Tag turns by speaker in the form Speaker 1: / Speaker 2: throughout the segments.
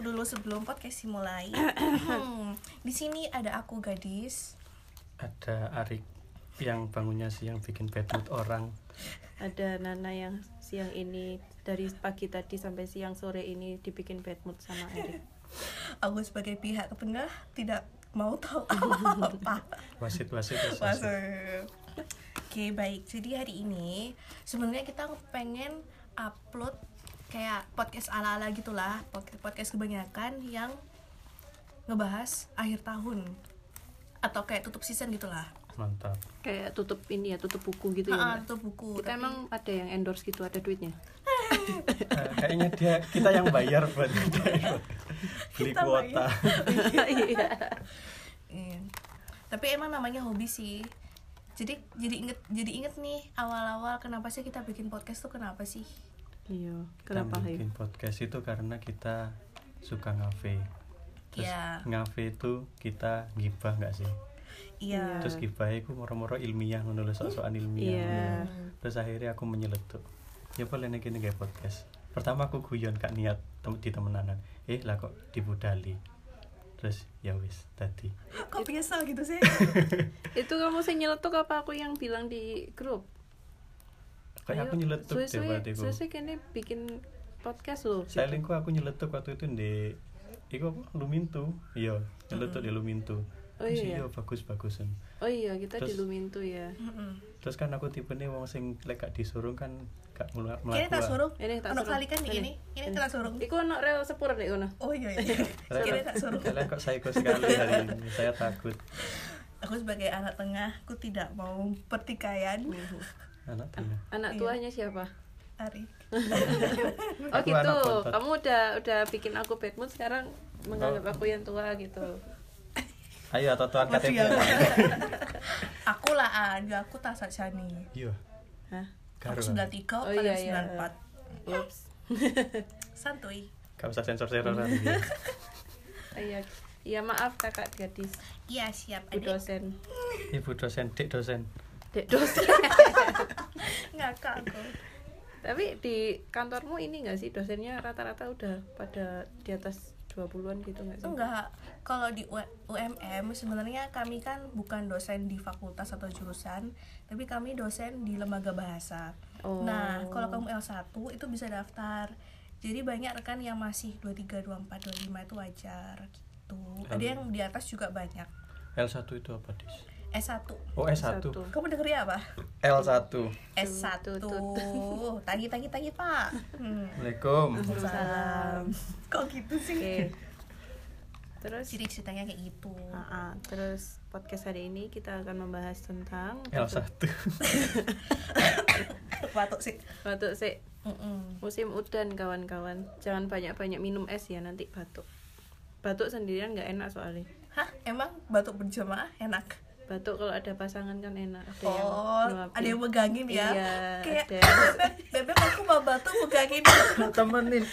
Speaker 1: dulu sebelum podcast dimulai. Di sini ada aku gadis.
Speaker 2: ada Arik yang bangunnya siang bikin bad mood orang
Speaker 3: ada Nana yang siang ini dari pagi tadi sampai siang sore ini dibikin bad mood sama Erik
Speaker 1: Aku sebagai pihak ketengah tidak mau tahu apa-apa.
Speaker 2: wasit wasit wasit, wasit.
Speaker 1: Masuk. Oke baik, jadi hari ini sebenarnya kita pengen upload kayak podcast ala-ala gitulah, pod- podcast kebanyakan yang ngebahas akhir tahun atau kayak tutup season gitulah.
Speaker 2: mantap
Speaker 3: kayak tutup ini ya tutup buku gitu
Speaker 1: Ah,
Speaker 3: ya Mbak?
Speaker 1: tutup buku.
Speaker 3: kita
Speaker 1: tapi-
Speaker 3: emang ada yang endorse gitu ada duitnya
Speaker 2: Eh, kayaknya dia kita yang bayar buat beli
Speaker 1: Kita
Speaker 2: kuota
Speaker 3: iya
Speaker 1: Iya. Tapi emang namanya hobi sih. Jadi jadi inget jadi inget nih awal-awal kenapa sih kita bikin podcast tuh kenapa sih?
Speaker 3: iya
Speaker 2: kita
Speaker 3: kenapa Hayu?
Speaker 2: bikin podcast itu karena kita suka ngafe terus
Speaker 1: Iya.
Speaker 2: ngafe itu kita gibah nggak sih
Speaker 1: Iya.
Speaker 2: terus gibah itu moro-moro ilmiah menulis sok-sokan ilmiah
Speaker 3: Ah. Iya.
Speaker 2: ngono. terus akhirnya aku menyeletuk ya boleh nih gini kayak podcast pertama aku guyon kak niat tem di temenanan eh lah kok dibudali terus ya wis tadi
Speaker 1: Kok biasa gitu sih?
Speaker 3: itu kamu sih nyeletuk apa aku yang bilang di grup
Speaker 2: kayak aku nyeletuk deh berarti aku
Speaker 3: suwe kene bikin podcast loh gitu.
Speaker 2: saya lingku aku nyeletuk waktu itu di Iku apa? Lumintu Iya Nyeletuk di Lumintu
Speaker 3: Oh
Speaker 2: Terus
Speaker 3: iya.
Speaker 2: bagus-bagusan
Speaker 3: oh iya kita
Speaker 2: Terus-
Speaker 3: di Lumintu ya
Speaker 1: Mm-mm.
Speaker 2: Terus kan aku tipe nih wong sing lek gak disuruh kan gak mula- melaku
Speaker 1: Ini tak
Speaker 2: ah.
Speaker 1: suruh.
Speaker 3: ini tak
Speaker 1: Ono
Speaker 3: suruh.
Speaker 1: kali kan di ini. Ini tak suruh.
Speaker 3: iku ono rel sepur nih ono
Speaker 1: Oh iya iya.
Speaker 2: Lek-
Speaker 1: Ini tak suruh.
Speaker 2: Kalian kok psycho sekali hari ini Saya takut
Speaker 1: Aku sebagai anak tengah, aku tidak mau pertikaian.
Speaker 3: Iya.
Speaker 2: Anak tengah
Speaker 3: anak
Speaker 1: Iya.
Speaker 3: tuanya siapa
Speaker 1: Ari.
Speaker 3: Oh
Speaker 2: Aku
Speaker 3: gitu.
Speaker 2: anak bontot. Oh.
Speaker 3: Kamu udah udah bikin aku bad mood sekarang menganggap aku yang tua gitu.
Speaker 2: Ayo totoan
Speaker 1: Masih
Speaker 2: KTP
Speaker 1: ya. Aku lah Ari, aku Tasat Shani.
Speaker 2: Iya
Speaker 3: Hah?
Speaker 1: Aku
Speaker 2: Karo
Speaker 1: 93,
Speaker 3: Oh,
Speaker 1: kalian
Speaker 3: iya, iya.
Speaker 1: 94.
Speaker 3: Ups.
Speaker 1: Santuy.
Speaker 2: Gak usah sensor-sensoran gitu.
Speaker 3: Iya. Iya maaf kakak gadis,
Speaker 1: Iya, siap.
Speaker 3: bu
Speaker 1: Adik
Speaker 3: dosen,
Speaker 2: Ibu dosen, dek dosen
Speaker 3: dek dosen.
Speaker 1: ngakak aku.
Speaker 3: Tapi di kantormu ini enggak sih dosennya rata-rata udah pada di atas 20-an gitu enggak sih?
Speaker 1: Enggak, kalau di U- UMM sebenarnya kami kan bukan dosen di fakultas atau jurusan, tapi kami dosen di lembaga bahasa.
Speaker 3: Oh.
Speaker 1: Nah, kalau kamu L1 itu bisa daftar. Jadi banyak rekan yang masih 23, 24, 25 itu wajar gitu. Ada yang di atas juga banyak.
Speaker 2: L1 itu apa, Dis?
Speaker 1: S1.
Speaker 2: Oh, S1
Speaker 3: Satu.
Speaker 1: Kamu ya, dengernya apa?
Speaker 2: L1
Speaker 1: S1.
Speaker 3: Tut, tut,
Speaker 1: Tagi tagi tagi, Pak. Hmm.
Speaker 2: Assalamualaikum
Speaker 3: Salam.
Speaker 1: Kok gitu sih?
Speaker 3: Oke. Terus
Speaker 1: Jadi ceritanya kayak gitu.
Speaker 3: Ah, ah. terus podcast hari ini kita akan membahas tentang
Speaker 2: L1
Speaker 1: Batuk sih.
Speaker 3: batuk sih.
Speaker 1: Mm-mm.
Speaker 3: Musim udan kawan-kawan, jangan banyak-banyak minum es ya nanti batuk. Batuk sendirian nggak enak soalnya.
Speaker 1: Hah, emang batuk berjamaah enak?
Speaker 3: Batuk kalau ada pasangan kan enak. Ada
Speaker 1: oh,
Speaker 3: yang
Speaker 1: ada yang megangin ya?
Speaker 3: Iya,
Speaker 1: Kayak, Gitu ya.
Speaker 3: ada.
Speaker 1: beb, bebek aku mau batuk megangin
Speaker 2: Temenin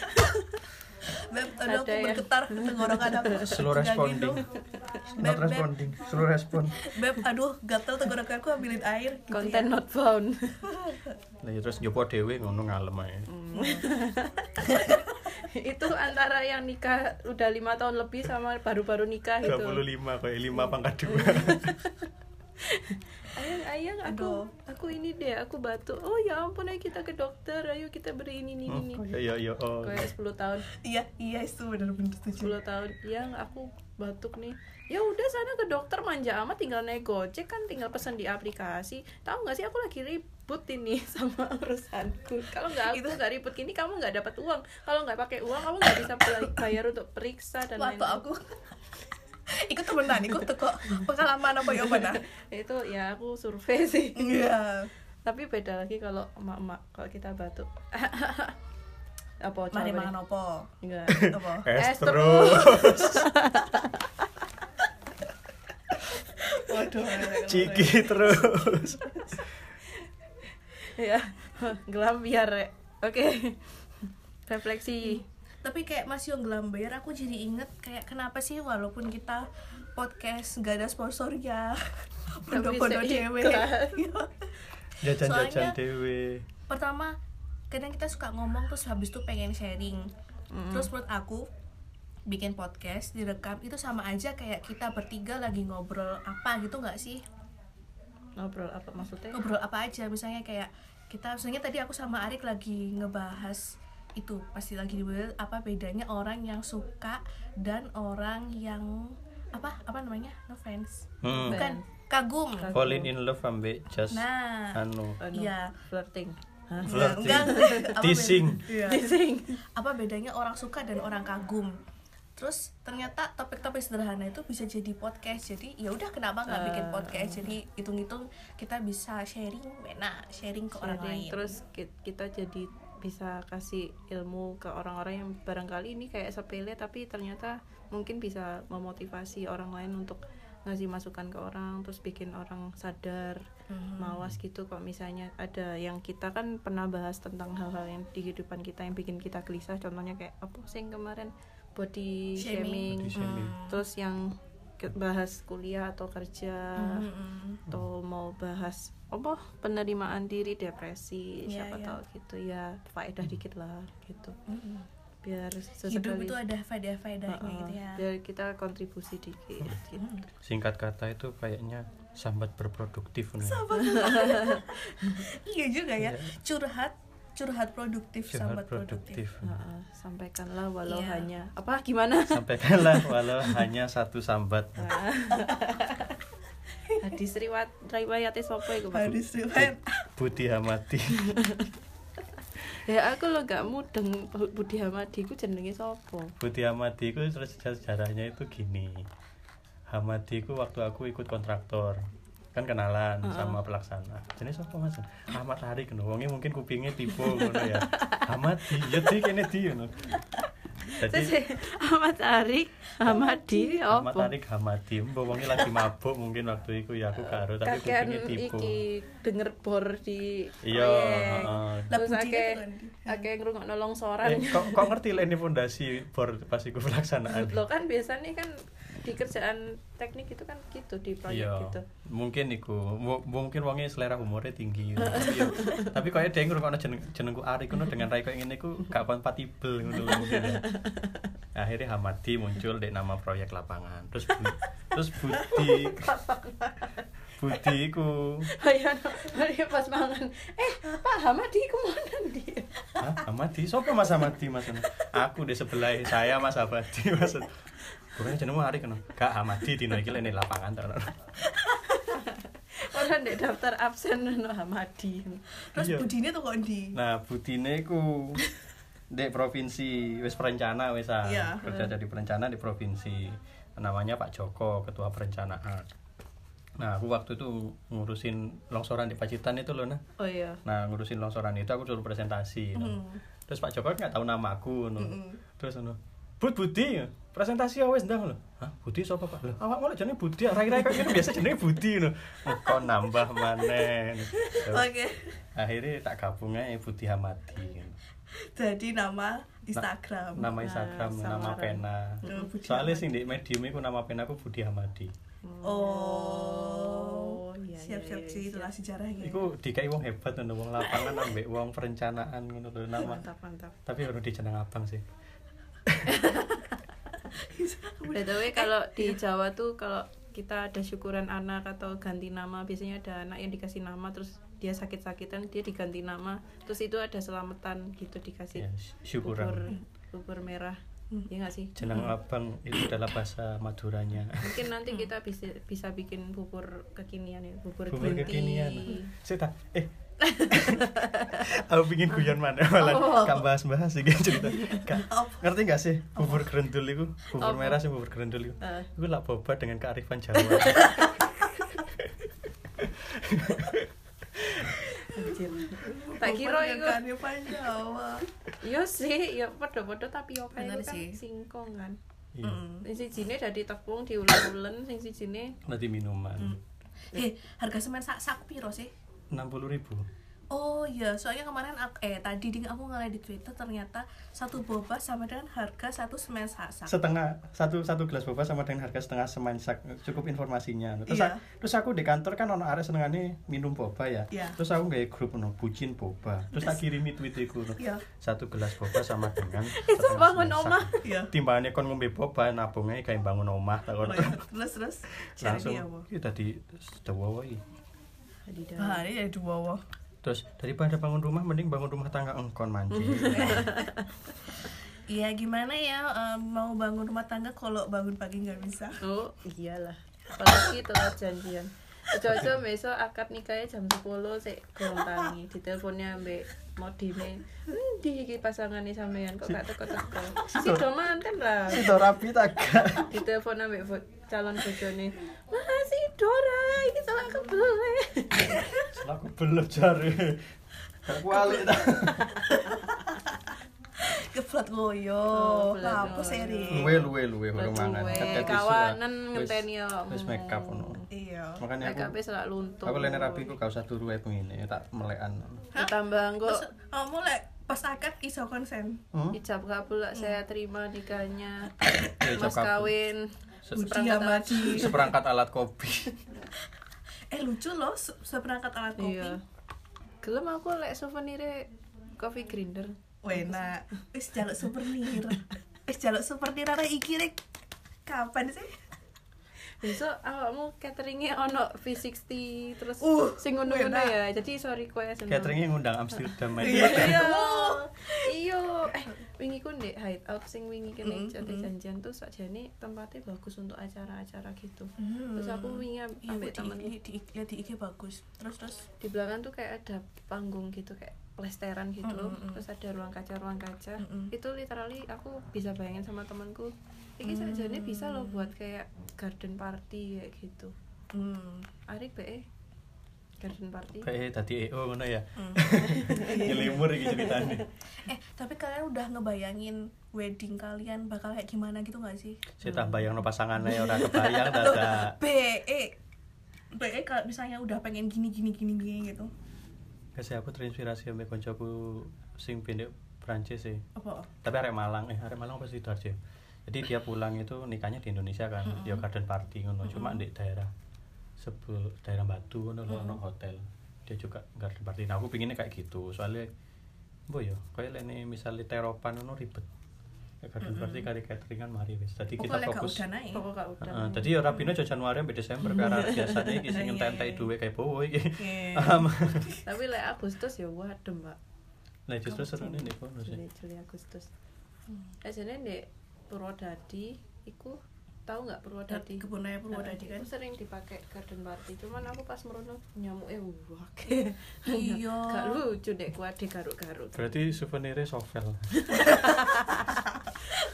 Speaker 1: Beb, aduh aku
Speaker 3: Ada ya.
Speaker 1: bergetar tenggorokan aku
Speaker 2: Slow
Speaker 1: Megangin
Speaker 2: responding.
Speaker 1: dong.
Speaker 2: Not
Speaker 1: Beb, beb,
Speaker 2: responding Suruh respon
Speaker 1: beb, aduh gatel tenggorokan aku ambilin air gitu
Speaker 3: Konten
Speaker 1: ya.
Speaker 3: not found.
Speaker 2: Lah ya terus nyopo dhewe ngono ngalem ae.
Speaker 3: itu antara yang nikah udah lima tahun lebih sama baru-baru nikah gitu.
Speaker 2: 25 kayak 5 pangkat 2.
Speaker 3: Ayang, ayang, aku, aku ini deh, aku batuk. Oh ya ampun, ayo kita ke dokter. Ayo kita beri ini, ini, ini.
Speaker 2: Ya ya ya oh.
Speaker 3: Kayak 10 tahun,
Speaker 1: Iya, iya itu bener-bener setuju
Speaker 3: 10 tahun. Yang aku batuk nih. Ya udah sana ke dokter manja amat tinggal naik Gojek kan tinggal pesan di aplikasi. Tahu nggak sih aku lagi ribut ini sama urusanku. Kalau nggak
Speaker 1: Gitu.
Speaker 3: aku nggak ribut gini kamu nggak dapat uang. Kalau nggak pakai uang kamu nggak bisa bela- bayar untuk periksa dan lain-lain.
Speaker 1: Waktu aku Ikut temenan, ikut tuh kok pengalaman apa ya mana?
Speaker 3: Itu ya aku survei sih.
Speaker 1: Iya.
Speaker 3: Tapi beda lagi kalau emak-emak kalau kita batuk. apa
Speaker 1: Mari
Speaker 3: jawabannya?
Speaker 1: makan opo?
Speaker 3: Enggak.
Speaker 1: Apa?
Speaker 3: Es
Speaker 2: Es
Speaker 3: terus.
Speaker 2: terus. Eh,
Speaker 1: Waduh.
Speaker 2: Ciki terus.
Speaker 3: ya. Gelap biar, Rek. Oke. Refleksi.
Speaker 1: tapi kayak masih yang gelamber aku jadi inget kayak kenapa sih walaupun kita podcast gak ada sponsornya bodoh-bodoh
Speaker 3: bisa
Speaker 1: dewe
Speaker 3: iklan.
Speaker 1: Iya.
Speaker 2: Jajan-jajan
Speaker 1: Soalnya-
Speaker 2: dhewe.
Speaker 1: Hmm. pertama kadang kita suka ngomong terus habis itu pengen sharing terus menurut aku bikin podcast direkam itu sama aja kayak kita bertiga lagi ngobrol apa gitu nggak sih
Speaker 3: ngobrol apa maksudnya
Speaker 1: ngobrol apa aja misalnya kayak kita misalnya tadi aku sama Arik lagi ngebahas itu pasti lagi dibahas apa bedanya orang yang suka dan orang yang apa apa namanya no fans
Speaker 2: Hmm.
Speaker 1: bukan kagum
Speaker 3: Kagum.
Speaker 2: falling in love ambek just
Speaker 1: nah
Speaker 2: anu
Speaker 3: Anu,
Speaker 1: Iya.
Speaker 3: flirting Hah?
Speaker 1: enggak,
Speaker 2: flirting.
Speaker 1: enggak, enggak. Apa
Speaker 2: Teasing.
Speaker 1: beda- iya.
Speaker 3: Teasing.
Speaker 1: apa bedanya orang suka dan orang kagum terus ternyata topik-topik sederhana itu bisa jadi podcast jadi ya udah kenapa nggak bikin
Speaker 3: Eh.
Speaker 1: podcast jadi hitung-hitung kita bisa sharing enak sharing ke orang
Speaker 3: Sharing.
Speaker 1: lain
Speaker 3: terus ki- kita jadi bisa kasih ilmu ke orang-orang yang barangkali ini kayak sepele tapi ternyata mungkin bisa memotivasi orang lain untuk ngasih masukan ke orang terus bikin orang sadar
Speaker 1: Mhm.
Speaker 3: mawas gitu kok misalnya ada yang kita kan pernah bahas tentang hal-hal yang di kehidupan kita yang bikin kita gelisah contohnya kayak apa sih yang kemarin body
Speaker 1: Shaming.
Speaker 3: shaming,
Speaker 2: Body shaming.
Speaker 3: terus yang ke- bahas kuliah atau kerja
Speaker 1: Mhm, mhm.
Speaker 3: atau mau bahas apa penerimaan diri depresi
Speaker 1: Iya,
Speaker 3: siapa
Speaker 1: iya.
Speaker 3: tahu gitu ya faedah dikit lah gitu
Speaker 1: Mhm.
Speaker 3: biar
Speaker 1: hidup
Speaker 3: sesekali
Speaker 1: itu ada faedah-faedahnya
Speaker 3: Heeh, Iya.
Speaker 1: gitu ya Hmm.
Speaker 3: biar kita kontribusi dikit gitu.
Speaker 2: singkat kata itu kayaknya sambat berproduktif nih.
Speaker 1: iya juga ya
Speaker 2: Iya.
Speaker 1: curhat curhat produktif
Speaker 2: Curhat
Speaker 1: sahabat produktif,
Speaker 3: Heeh, sampaikanlah walau
Speaker 1: Iya.
Speaker 3: hanya apa gimana
Speaker 2: sampaikanlah walau hanya satu sambat
Speaker 3: hadis riwayat riwayate sopo iku Pak?
Speaker 1: Hadis
Speaker 2: eh,
Speaker 1: riwayat
Speaker 2: Budi Hamadi
Speaker 3: ya aku lo gak mudeng Budi Hamadi ku jenenge sopo
Speaker 2: Budi Hamadi itu terus sejarahnya itu gini Hamadi itu waktu aku ikut kontraktor kan kenalan sama pelaksana jenis apa mas Ahmad Hari kan wongnya mungkin kupingnya tipe ngono ya Hamadi ya di kene di ngono. jadi
Speaker 3: Terus, Ahmad Arik Hamadi
Speaker 2: Ahmad
Speaker 3: opo
Speaker 2: Hari Hamadi mbok wongnya lagi mabuk mungkin waktu itu ya aku karo tapi Eh,
Speaker 3: kakean
Speaker 2: kupingnya tipe
Speaker 3: iki denger bor di
Speaker 2: iya
Speaker 3: proyek.
Speaker 2: heeh.
Speaker 1: Lah,
Speaker 3: terus
Speaker 1: pujinya
Speaker 3: akeh
Speaker 1: tuh, kan. Andi.
Speaker 3: akeh ngrungokno
Speaker 2: Eh,
Speaker 3: longsoran
Speaker 2: kok, kok ngerti lah ini fondasi bor pas iku pelaksanaan
Speaker 3: lo kan biasanya kan di kerjaan teknik itu kan gitu di proyek
Speaker 2: Iya,
Speaker 3: gitu
Speaker 2: mungkin iku. Mu- mungkin wongnya selera humornya tinggi. tapi yo, tapi kaya dia ngrungokno jeneng jenengku Ari ngono dengan Rai koyo ngene iku gak kompatibel ngono mungkin. ya. Akhirnya Hamadi muncul di nama proyek lapangan. Terus Bu- terus Budi Budi iku.
Speaker 3: Ayo, mari pas mangan. Eh, Pak Hamadi kemana dia?
Speaker 2: Hah, Hamadi? Sopo Mas Hamadi Mas? Aku di sebelah saya Mas Hamadi Mas. Bukannya jenengmu Ari kono. Gak Hamadi dino iki lene lapangan to.
Speaker 3: Orang di daftar absen no Hamadi.
Speaker 1: terus
Speaker 2: Iya.
Speaker 1: budinya tuh kok di
Speaker 2: Nah, budine ku di provinsi wis perencana wis ah.
Speaker 1: Iya.
Speaker 2: kerja jadi perencana di provinsi. Namanya Pak Joko, ketua perencanaan. Nah, aku waktu itu ngurusin longsoran di Pacitan itu loh nah.
Speaker 3: Oh iya.
Speaker 2: Nah, ngurusin longsoran itu aku suruh presentasi. no.
Speaker 1: Mhm.
Speaker 2: Terus Pak Joko nggak tahu nama aku no.
Speaker 1: Mhm.
Speaker 2: Terus no. Bud Budi, presentasi ya wis ndang lho. Hah, Budi sapa Pak? Lho, awakmu lho jenenge Budi, rai-rai kok ngene biasa jenenge Budi lho. Oh, Kok nambah maneh.
Speaker 1: oke
Speaker 2: akhirnya tak gabung aja Budi Hamadi
Speaker 1: jadi nama Instagram
Speaker 2: nama Instagram
Speaker 3: Nah,
Speaker 2: nama
Speaker 3: samaran.
Speaker 2: pena
Speaker 1: Hmm, Budi
Speaker 2: soalnya sing di medium itu nama pena aku Budi Hamadi
Speaker 1: oh
Speaker 3: iya,
Speaker 1: siap-siap
Speaker 3: iya, iya,
Speaker 1: sih
Speaker 3: iya.
Speaker 1: itulah sejarahnya
Speaker 2: Iku dikai wong hebat ngono wong lapangan ambek wong perencanaan ngono lho nama
Speaker 3: Mantap, mantap.
Speaker 2: tapi harus di jeneng abang sih
Speaker 3: By the
Speaker 1: Eh,
Speaker 3: way, ya, kalau di
Speaker 1: iya.
Speaker 3: Jawa tuh kalau kita ada syukuran anak atau ganti nama, biasanya ada anak yang dikasih nama terus dia sakit-sakitan dia diganti nama, terus itu ada selamatan gitu dikasih
Speaker 2: ya, sy- syukuran
Speaker 3: bubur merah.
Speaker 1: Hmm.
Speaker 3: Iya nggak sih?
Speaker 2: jeneng abang itu adalah bahasa Maduranya
Speaker 3: Mungkin nanti
Speaker 1: Hmm.
Speaker 3: kita bisa bisa bikin bubur kekinian ya, bubur,
Speaker 2: bubur
Speaker 3: green
Speaker 2: kekinian
Speaker 3: tea.
Speaker 2: sih tak eh aku pingin guyon mana malah
Speaker 3: Oh.
Speaker 2: gak bahas-bahas sih cerita Gak.
Speaker 1: Apa?
Speaker 2: ngerti gak sih bubur gerendul itu bubur
Speaker 3: Apa?
Speaker 2: merah sih bubur gerendul itu
Speaker 3: Eh.
Speaker 2: itu lah boba dengan kearifan Jawa
Speaker 3: Anjir. Tak kira itu.
Speaker 1: Kebanyakannya Panjawa.
Speaker 3: Iya sih, ya podo-podo tapioka
Speaker 1: Bener
Speaker 3: itu kan
Speaker 1: sih.
Speaker 3: singkong kan.
Speaker 2: iya
Speaker 1: Mm.
Speaker 3: Sing sijine dadi tepung diulen-ulen, sing sijine
Speaker 2: nanti minuman
Speaker 1: Eh, Heh, harga semen sak sak piro sih?
Speaker 2: enam puluh ribu
Speaker 1: Oh Oh iya, soalnya kemarin aku, eh tadi ding aku ngeliat di Twitter ternyata satu boba sama dengan harga satu semen sasak.
Speaker 2: setengah satu satu gelas boba sama dengan harga setengah semen sak cukup informasinya terus
Speaker 1: Iya.
Speaker 2: a- terus aku di kantor kan ono arek senengane minum boba ya
Speaker 1: Iya.
Speaker 2: terus aku nggak grup no bucin boba terus tak kirimi tweet iku no.
Speaker 1: Iya.
Speaker 2: satu gelas boba sama dengan
Speaker 3: Itu
Speaker 2: setengah
Speaker 3: bangun
Speaker 2: semen sak.
Speaker 3: omah.
Speaker 1: Iya. Oh,
Speaker 2: timbangannya kon ngombe boba nabungnya kayak bangun omah takon
Speaker 1: iya. terus terus cari
Speaker 2: langsung
Speaker 1: dia bu.
Speaker 2: itu tadi sedawawai
Speaker 1: Nah, ini ada dua wah.
Speaker 2: terus daripada bangun rumah mending bangun rumah tangga engkon manjing
Speaker 1: Iya gimana ya em, mau bangun rumah tangga kalau bangun pagi nggak bisa.
Speaker 3: Oh iyalah. Apalagi telat janjian. Cocok besok akad nikahnya jam 10 sik golongi diteleponnya ambek modine. Endi iki pasangane sampean kok gak teko-teko. Sido manten lah.
Speaker 2: itu rapi tak
Speaker 3: Ditelepon ambek bo- calon bojone. Mas Sido ra, iki salah kebele.
Speaker 2: aku belum jari aku alik tak
Speaker 1: Keplat goyo,
Speaker 3: Oh, keplat
Speaker 1: apa
Speaker 3: goyo.
Speaker 1: seri?
Speaker 2: luwe luwe luwe bagaimana
Speaker 3: Luwe,
Speaker 2: Ketet isu lah.
Speaker 3: kawanan
Speaker 2: Wis-
Speaker 3: ngenteni ya Hmm.
Speaker 2: wis
Speaker 3: omongmu.
Speaker 2: make up ono
Speaker 1: Iya.
Speaker 2: makanya
Speaker 3: Nek
Speaker 2: aku
Speaker 3: kabeh salah luntur.
Speaker 2: aku lene rapi aku gak usah turu ae bengi tak melekan
Speaker 3: Ditambah engko
Speaker 1: Terus kamu lek pas akad iso konsen.
Speaker 2: Hmm?
Speaker 3: ijab kabul lah saya terima nikahnya.
Speaker 2: Ya, ijab
Speaker 3: Mas
Speaker 2: kabul.
Speaker 3: kawin.
Speaker 2: Se-
Speaker 1: Uji
Speaker 3: Seperangkat alat.
Speaker 1: amati.
Speaker 2: seperangkat alat kopi
Speaker 1: Eh lucu loh se- seperangkat alat kopi.
Speaker 3: Iya. Gelem aku lek souvenire coffee grinder.
Speaker 1: Wena, wis jaluk souvenir. Wis jaluk souvenir arek iki rek. Kapan sih?
Speaker 3: Besok awakmu cateringnya ono V60 terus
Speaker 1: Uh,
Speaker 3: sing ngono-ngono
Speaker 1: enak.
Speaker 3: ya. Jadi sorry request.
Speaker 2: cateringnya ngundang Amsterdam
Speaker 1: Iya.
Speaker 2: aja
Speaker 3: Iya. Iya. Eh, wingi ku ndek hideout sing wingi kene jate janjian tuh sakjane tempatnya bagus untuk acara-acara gitu.
Speaker 1: Hmm.
Speaker 3: Terus aku wingi am-
Speaker 1: Iya,
Speaker 3: ambek
Speaker 1: Bu,
Speaker 3: temen
Speaker 1: di, di, di, ya, di IG bagus. Terus terus
Speaker 3: di belakang tuh kayak ada panggung gitu kayak plesteran gitu
Speaker 1: Mm, mm, mm.
Speaker 3: terus ada ruang kaca ruang kaca
Speaker 1: Mm, mm.
Speaker 3: itu literally aku bisa bayangin sama temanku ini sajane bisa loh buat kayak garden party kayak gitu
Speaker 1: hmm.
Speaker 3: Arik be eh, garden party
Speaker 2: kayak tadi EO ngono ya
Speaker 1: Hmm.
Speaker 2: nyelimur iki ceritanya
Speaker 1: Eh, tapi kalian udah ngebayangin wedding kalian bakal kayak gimana gitu gak sih?
Speaker 2: saya tak bayang pasangan aja orang kebayang dada
Speaker 1: BE BE E. kalau misalnya udah pengen gini gini gini gini gitu.
Speaker 2: kasih aku terinspirasi sama koncoku sing pendek Prancis e. sih
Speaker 1: Apa?
Speaker 2: tapi arek Malang eh arek Malang apa sidoarjo jadi dia pulang itu nikahnya di Indonesia kan dia garden party ngono cuma di daerah sebel daerah Batu ngono lho, ono hotel dia juga garden party nah aku pinginnya kayak gitu soalnya boh yo kayak ini misalnya teropan ngono ribet Kayak garden party kali cateringan mari wis jadi kita
Speaker 1: Pokoknya Oh, gak
Speaker 2: fokus
Speaker 1: udah naik.
Speaker 3: pokoknya gak udah
Speaker 2: Heeh, jadi ya rapine aja Januari sampai Desember karena biasanya iki sing
Speaker 1: Iya,
Speaker 2: ngentai-entai
Speaker 1: iya.
Speaker 2: dhuwit kayak bowo iki.
Speaker 1: Iya.
Speaker 2: Paham?
Speaker 3: tapi lek Agustus ya wadem mbak
Speaker 2: Nah justru serune nih bonus sih.
Speaker 3: Juli Juli Agustus sajane ndek Purwodadi iku tahu nggak Purwodadi
Speaker 1: Kebun raya Purwodadi
Speaker 3: Nah,
Speaker 1: kan.
Speaker 3: itu sering dipakai garden party cuman aku pas merono nyamuknya wake
Speaker 1: Iya.
Speaker 3: gak lucu deh kuat di garuk-garuk
Speaker 2: Berarti souvenirnya sovel.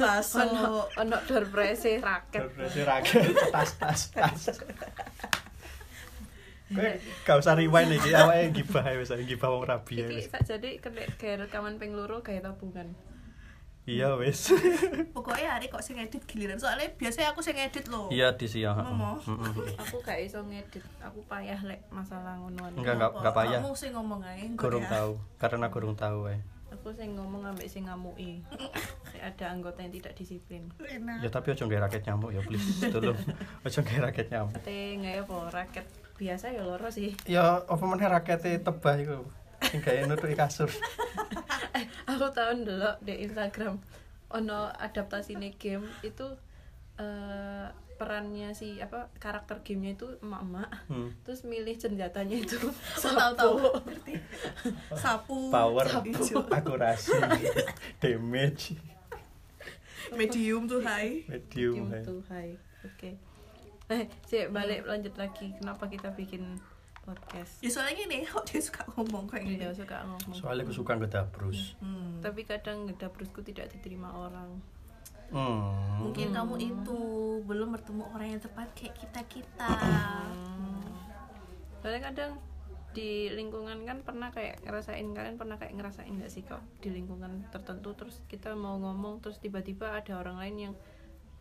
Speaker 1: Masuk.
Speaker 3: ono ono door prize raket
Speaker 2: Berarti raket tas tas tas. Kowe gak usah rewind iki awake gibah ae wis gibah wong rabi ya
Speaker 3: iki
Speaker 2: wis.
Speaker 3: sak jadi kena kayak rekaman ping loro kayak tabungan
Speaker 2: Iya wis.
Speaker 1: Pokoknya hari kok sing edit giliran. Soalnya biasanya aku sing edit loh.
Speaker 2: Iya di siang.
Speaker 1: Ngomong.
Speaker 2: Heeh.
Speaker 3: aku gak iso ngedit aku payah lek masalah ngonoan
Speaker 2: Enggak, enggak, enggak payah.
Speaker 1: Kamu sih ngomong aja. enggak
Speaker 2: Kurung
Speaker 1: ya.
Speaker 2: tahu karena kurung tahu eh. ae.
Speaker 3: aku sing ngomong ambek sing ngamuki Sing ada anggota yang tidak disiplin
Speaker 1: Enak.
Speaker 2: Ya tapi ojo nggae raket nyamuk ya please tolong. Ojo nggae raket nyamuk.
Speaker 3: kate nggak ya apa raket biasa ya loro sih
Speaker 2: ya apa meneh rakete tebah iku sing gawe nutuki kasur
Speaker 3: Eh, aku tahun dulu di Instagram ono adaptasi nih game itu eh, perannya si apa karakter gamenya itu emak-emak
Speaker 2: Hmm.
Speaker 3: terus milih senjatanya itu
Speaker 1: Aku tahu tahu. Ngerti. Sapu.
Speaker 2: power
Speaker 1: Ijo.
Speaker 2: akurasi damage
Speaker 1: Medium tuh high.
Speaker 2: medium eh.
Speaker 3: Game to high. oke eh sih balik lanjut lagi kenapa kita bikin podcast
Speaker 1: Ya soalnya gini, kok dia suka ngomong kayak gini.
Speaker 3: dia suka ngomong
Speaker 2: soalnya aku suka ngedabrus
Speaker 1: Hmm.
Speaker 3: Iya, tapi kadang ngedabrusku tidak diterima orang
Speaker 2: hmm.
Speaker 1: Mungkin kamu itu belum bertemu orang yang tepat kayak kita-kita.
Speaker 3: soalnya kadang di lingkungan kan pernah kayak ngerasain kalian pernah kayak ngerasain nggak sih kok di lingkungan tertentu terus kita mau ngomong terus tiba-tiba ada orang lain yang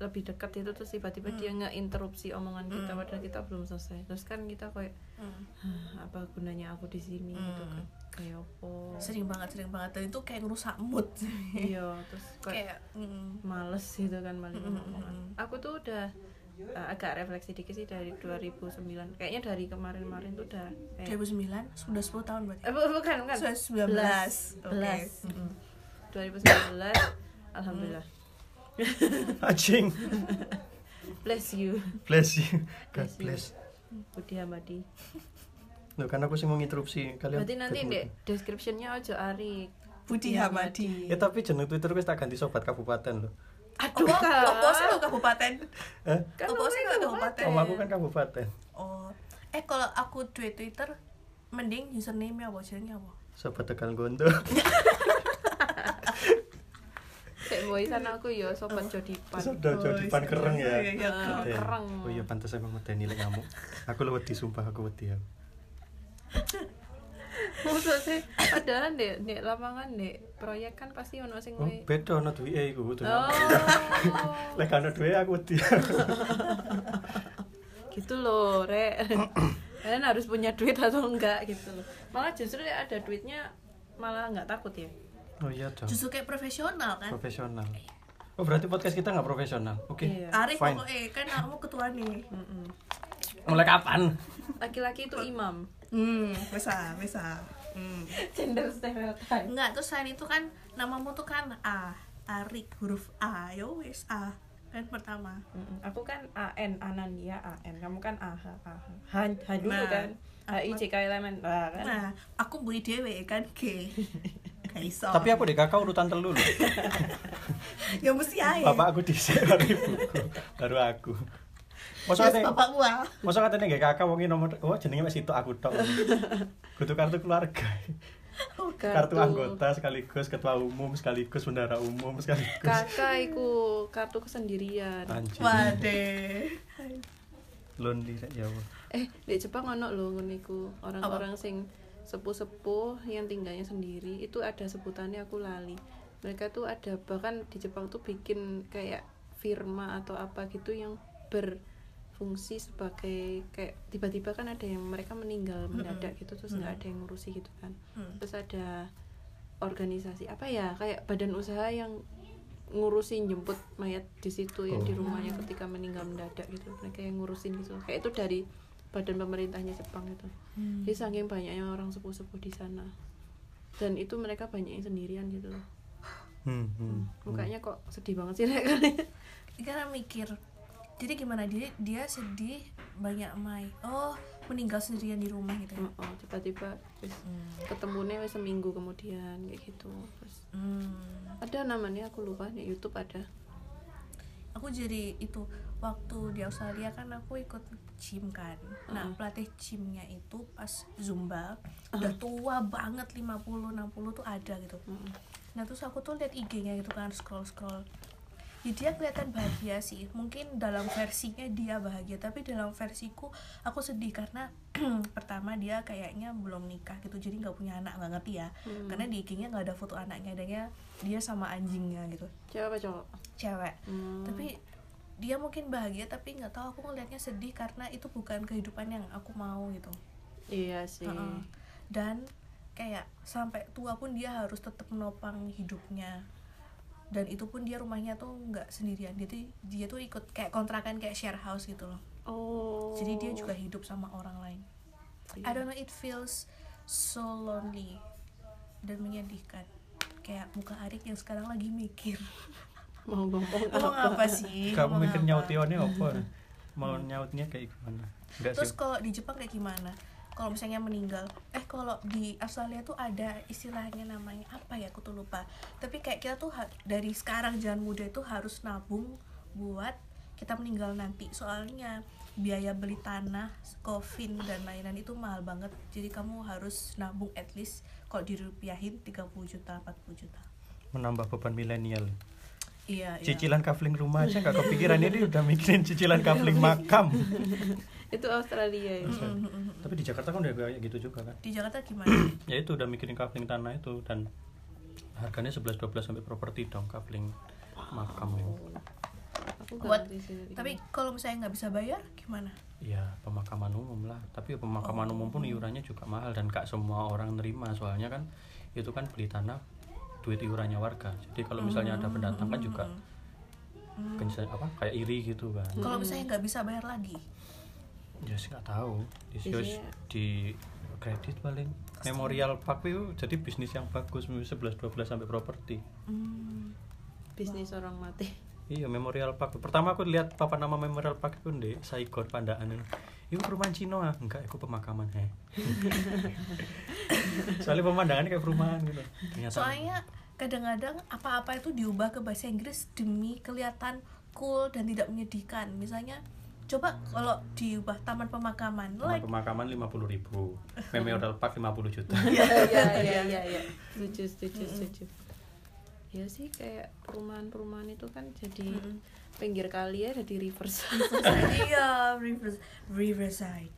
Speaker 3: lebih dekat itu terus tiba-tiba dia ngeinterupsi omongan kita padahal kita belum selesai terus kan kita kayak
Speaker 1: Hmm.
Speaker 3: "Hah, apa gunanya aku di sini gitu kan kayak apa
Speaker 1: sering banget sering banget dan itu kayak ngerusak mood
Speaker 3: iya terus kayak
Speaker 1: kayak mm,
Speaker 3: males gitu kan maling
Speaker 1: Mm-mm,
Speaker 3: omongan
Speaker 1: mm-mm.
Speaker 3: aku tuh udah uh, agak refleksi dikit sih dari 2009 kayaknya dari kemarin-kemarin tuh udah kayak
Speaker 1: 2009 sudah 10 tahun berarti
Speaker 3: Iya. eh, bu- bukan bukan
Speaker 1: sudah 19 oke
Speaker 3: Belas. Iya,
Speaker 1: Mm-mm.
Speaker 3: 2019 alhamdulillah
Speaker 2: Hmm. Acing.
Speaker 3: bless you
Speaker 2: Bless you. God
Speaker 3: Bless you.
Speaker 2: bless.
Speaker 3: Budi Hamadi
Speaker 2: Loh, kan aku sih mau nginterupsi kalian.
Speaker 3: berarti nanti
Speaker 2: ketemu.
Speaker 3: deh descriptionnya ojo Ari
Speaker 1: Budi Hamadi
Speaker 2: Eh tapi jeneng Twitter wis tak ganti sobat kabupaten loh.
Speaker 3: aduh
Speaker 1: Opo,
Speaker 3: Kak.
Speaker 1: opo sih lo kabupaten?
Speaker 2: Hah?
Speaker 3: Kan
Speaker 1: Opo
Speaker 3: namanya
Speaker 1: sih lo
Speaker 3: kabupaten.
Speaker 1: kabupaten?
Speaker 2: Om aku kan kabupaten.
Speaker 1: Oh, eh kalau aku tweet Twitter, mending username-nya apa, jadinya apa?
Speaker 2: Sobat tegal gondo.
Speaker 3: Sek boy sana aku ya sobat jodipan.
Speaker 2: Sudah jadi pan kereng ya.
Speaker 1: Iya, iya,
Speaker 3: Ah.
Speaker 1: kereng.
Speaker 2: Meden.
Speaker 3: kereng.
Speaker 2: Oh iya pantas emang medeni lek ngamuk. Aku lu wedi sumpah aku wedi ya.
Speaker 3: Maksudnya padahal deh di lapangan deh proyek kan pasti ono sing
Speaker 2: Oh,
Speaker 3: we-
Speaker 2: beda ono duwe iku kudu.
Speaker 3: Oh.
Speaker 2: Lek gak ono duwe aku wedi.
Speaker 3: gitu loh, Rek. Kalian harus punya duit atau enggak gitu loh. Malah justru ya ada duitnya malah nggak takut ya.
Speaker 2: Oh iya dong.
Speaker 1: Justru kayak profesional kan?
Speaker 2: Profesional. Oh berarti podcast kita nggak profesional. Oke.
Speaker 3: Iya.
Speaker 1: Arif
Speaker 2: Fine.
Speaker 1: pokoknya, kan kamu ketua nih
Speaker 3: Mm-mm.
Speaker 2: Mulai kapan?
Speaker 3: Laki-laki itu imam.
Speaker 1: Hmm, bisa, bisa hmm.
Speaker 3: Gender stereotype.
Speaker 1: Enggak, terus selain itu kan namamu tuh kan A Arik, huruf A, ya wis A Kan pertama
Speaker 3: Aku kan AN, Anandia AN. Kamu kan AH, AH. H, H dulu
Speaker 1: Nah,
Speaker 3: kan. H I C K L M N. Nah, kan.
Speaker 1: Nah, aku bui dewe kan G Gak iso
Speaker 2: Tapi aku deh kakak urutan telu loh.
Speaker 1: Ya mesti A ya
Speaker 2: Bapak aku dhisik karo ibuku. Baru aku. Masa
Speaker 1: Terus
Speaker 2: kate
Speaker 1: bapak gua
Speaker 2: masa kate nggih kakak wong nomor oh jenenge wis sitok aku tok. Kudu kartu keluarga. Kartu anggota sekaligus ketua umum sekaligus bendara umum sekaligus.
Speaker 3: kakak iku kartu kesendirian
Speaker 2: Anjir.
Speaker 1: Waduh
Speaker 2: Lonely rek ya Allah.
Speaker 3: eh di Jepang ono lho ngono iku orang-orang sing sepuh-sepuh yang tinggalnya sendiri itu ada sebutannya aku lali mereka tuh ada bahkan di Jepang tuh bikin kayak firma atau apa gitu yang berfungsi sebagai kayak tiba-tiba kan ada yang mereka meninggal mendadak gitu terus nggak ada yang ngurusi gitu kan
Speaker 1: Hmm.
Speaker 3: terus ada organisasi apa ya kayak badan usaha yang ngurusin jemput mayat di situ yang di
Speaker 2: Oh.
Speaker 3: rumahnya ketika meninggal mendadak gitu mereka yang ngurusin gitu kayak itu dari badan pemerintahnya Jepang gitu
Speaker 1: Hmm.
Speaker 3: jadi saking banyaknya orang sepuh-sepuh di sana dan itu mereka banyak yang sendirian gitu loh
Speaker 2: Hmm, hmm.
Speaker 3: mukanya kok sedih banget sih Rek, kali
Speaker 1: karena mikir jadi gimana dia dia sedih banyak mai oh meninggal sendirian di rumah gitu ya
Speaker 3: oh, oh, tiba-tiba wis
Speaker 1: Hmm.
Speaker 3: ketemunya wis seminggu kemudian kayak gitu terus
Speaker 1: Hmm.
Speaker 3: ada namanya aku lupa di YouTube ada
Speaker 1: aku jadi itu waktu di Australia kan aku ikut gym kan nah
Speaker 3: Mm.
Speaker 1: pelatih gymnya itu pas zumba udah tua banget 50 60 tuh ada gitu
Speaker 3: Mm-mm.
Speaker 1: nah terus aku tuh lihat IG-nya gitu kan scroll scroll ya dia kelihatan bahagia sih mungkin dalam versinya dia bahagia tapi dalam versiku aku sedih karena pertama dia kayaknya belum nikah gitu jadi nggak punya anak nggak ngerti ya
Speaker 3: Hmm.
Speaker 1: karena di IG-nya nggak ada foto anaknya adanya dia sama anjingnya gitu
Speaker 3: cewek apa cowok
Speaker 1: cewek
Speaker 3: Hmm.
Speaker 1: tapi dia mungkin bahagia tapi nggak tahu aku ngelihatnya sedih karena itu bukan kehidupan yang aku mau gitu
Speaker 3: iya sih
Speaker 1: Heeh. dan kayak sampai tua pun dia harus tetap menopang hidupnya dan itu pun dia rumahnya tuh nggak sendirian dia tuh dia tuh ikut kayak kontrakan kayak share house gitu loh
Speaker 3: oh Iya.
Speaker 1: jadi dia juga hidup sama orang lain I don't know it feels so lonely dan menyedihkan kayak muka Arik yang sekarang lagi mikir
Speaker 3: mau ngomong
Speaker 1: ngomong
Speaker 3: apa
Speaker 1: apa sih
Speaker 2: Kamu
Speaker 1: Ngomong
Speaker 2: mikir
Speaker 1: apa?
Speaker 2: nyautionnya apa? Mau nyautnya kayak gimana? Enggak
Speaker 1: Terus
Speaker 2: Iya sih.
Speaker 1: kalau di Jepang kayak gimana? Kalau misalnya meninggal, eh kalau di Australia tuh ada istilahnya namanya apa ya? Aku tuh lupa. Tapi kayak kita tuh ha- dari sekarang jangan muda itu harus nabung buat kita meninggal nanti. Soalnya biaya beli tanah, coffin dan lain-lain itu mahal banget. Jadi kamu harus nabung at least kalau dirupiahin 30 juta, 40 juta.
Speaker 2: Menambah beban milenial.
Speaker 1: Iya, iya.
Speaker 2: Cicilan kafling rumah aja nggak kepikiran ini udah mikirin cicilan kafling
Speaker 1: iya.
Speaker 2: makam.
Speaker 3: itu Australia ya
Speaker 2: Tapi di Jakarta kan udah kayak gitu juga kan?
Speaker 1: Di Jakarta gimana?
Speaker 2: Ya itu udah mikirin kafling tanah itu dan harganya 11 12 sampai properti dong kafling makam.
Speaker 3: Oh. aku nggak
Speaker 1: buat
Speaker 3: ngerti sih dari
Speaker 1: tapi kalau misalnya nggak bisa bayar gimana
Speaker 2: ya pemakaman umum lah tapi ya pemakaman umum pun iurannya juga mahal dan gak semua orang nerima soalnya kan itu kan beli tanah duit iurannya warga jadi kalau misalnya ada pendatang kan juga kencan- apa kayak iri gitu kan
Speaker 1: kalau misalnya nggak bisa bayar lagi
Speaker 2: ya sih nggak tahu di
Speaker 3: Biasanya-
Speaker 2: di kredit paling memorial park itu jadi bisnis yang bagus 11 12 sampai properti
Speaker 3: bisnis orang mati
Speaker 2: Iya, Memorial Park. Pertama aku lihat papan nama Memorial Park itu di Saigon Pandaan. Itu perumahan Cina ah. Enggak, itu pemakaman he. Soalnya pemandangannya kayak perumahan gitu. Ternyata
Speaker 1: soalnya kadang-kadang apa-apa itu diubah ke bahasa Inggris demi kelihatan cool dan tidak menyedihkan misalnya coba kalau diubah taman pemakaman
Speaker 2: rumah
Speaker 1: like
Speaker 2: pemakaman 50 ribu Memorial Park 50 juta
Speaker 3: iya iya iya iya ya. setuju setuju setuju ya sih kayak perumahan-perumahan itu kan jadi pinggir kali ya jadi reverse
Speaker 1: iya rivers riverside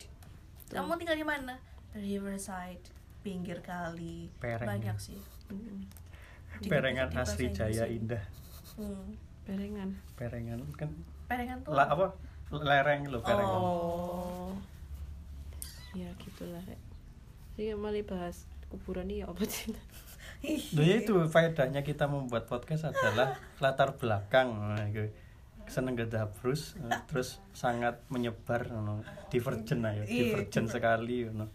Speaker 1: kamu tinggal di mana riverside pinggir kali
Speaker 2: Pereng.
Speaker 1: banyak sih Di-
Speaker 2: Perengan
Speaker 1: di bahasa
Speaker 2: Asri Jaya
Speaker 1: Inggris.
Speaker 2: Indah
Speaker 1: Hmm.
Speaker 3: berengan
Speaker 2: Perengan kan
Speaker 1: perengan tuh
Speaker 2: la, apa lereng loh perengan
Speaker 3: oh ya gitulah Rek. jadi malah bahas kuburan ini ya apa sih
Speaker 2: Loh, ya itu faedahnya kita membuat podcast adalah latar belakang nah, gitu. seneng gada Bruce eh, terus sangat menyebar no. divergen ayo
Speaker 1: Iya,
Speaker 2: divergen ya, sekali no.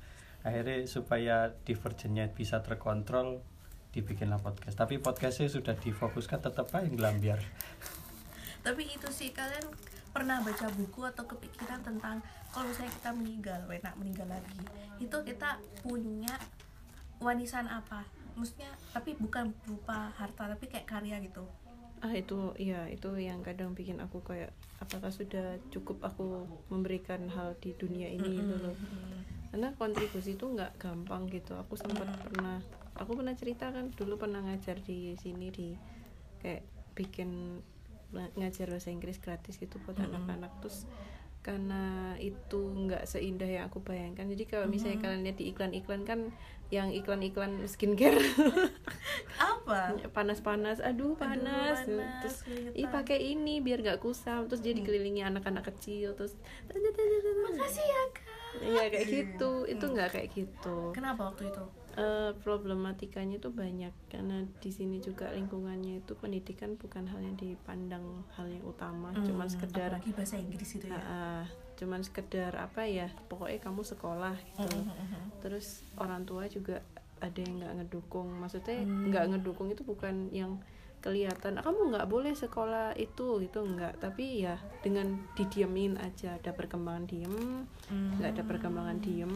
Speaker 2: akhirnya supaya divergennya bisa terkontrol dibikinlah podcast tapi podcastnya sudah difokuskan tetap aja ngelambiar
Speaker 1: tapi itu sih kalian pernah baca buku atau kepikiran tentang kalau misalnya kita meninggal enak meninggal lagi itu kita punya warisan apa maksudnya tapi bukan berupa harta tapi kayak karya gitu
Speaker 3: ah itu iya itu yang kadang bikin aku kayak apakah sudah cukup aku memberikan hal di dunia ini gitu loh karena kontribusi itu nggak gampang gitu aku sempat pernah aku pernah cerita kan dulu pernah ngajar di sini di kayak bikin nga- ngajar bahasa Inggris gratis gitu buat anak-anak terus karena itu nggak seindah yang aku bayangkan jadi kalau misalnya kalian lihat di iklan-iklan kan yang iklan-iklan skincare
Speaker 1: apa
Speaker 3: panas-panas aduh panas,
Speaker 1: panas,
Speaker 3: terus
Speaker 1: keringetan.
Speaker 3: ih pakai ini biar nggak kusam terus dia dikelilingi anak-anak kecil terus
Speaker 1: makasih ya kak
Speaker 3: iya kayak gitu itu nggak kayak gitu
Speaker 1: kenapa waktu itu
Speaker 3: Eh, problematikanya itu banyak karena di sini juga lingkungannya itu pendidikan bukan hal yang dipandang hal yang utama cuman sekedar
Speaker 1: Hmm, apalagi bahasa Inggris itu ya
Speaker 3: Ah, ah. cuman sekedar apa ya pokoknya kamu sekolah gitu terus orang tua juga ada yang nggak ngedukung maksudnya nggak ngedukung itu bukan yang kelihatan "Ah, kamu nggak boleh sekolah itu gitu nggak tapi ya dengan didiemin aja ada perkembangan diem
Speaker 1: Hmm,
Speaker 3: nggak ada perkembangan diem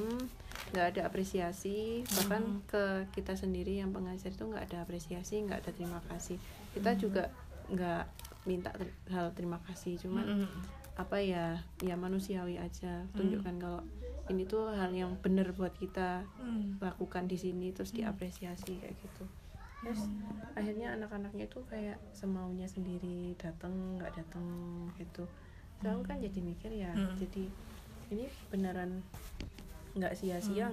Speaker 3: nggak ada apresiasi bahkan ke kita sendiri yang pengajar itu nggak ada apresiasi nggak ada terima kasih kita juga nggak minta ter- hal terima kasih cuman
Speaker 1: Hmm,
Speaker 3: apa ya ya manusiawi aja tunjukkan kalau ini tuh hal yang bener buat kita
Speaker 1: Hmm.
Speaker 3: lakukan di sini terus diapresiasi kayak gitu terus
Speaker 1: Hmm.
Speaker 3: akhirnya anak-anaknya tuh kayak semaunya sendiri datang nggak datang gitu Terus aku kan jadi mikir ya
Speaker 1: Hmm.
Speaker 3: jadi ini beneran nggak sia-sia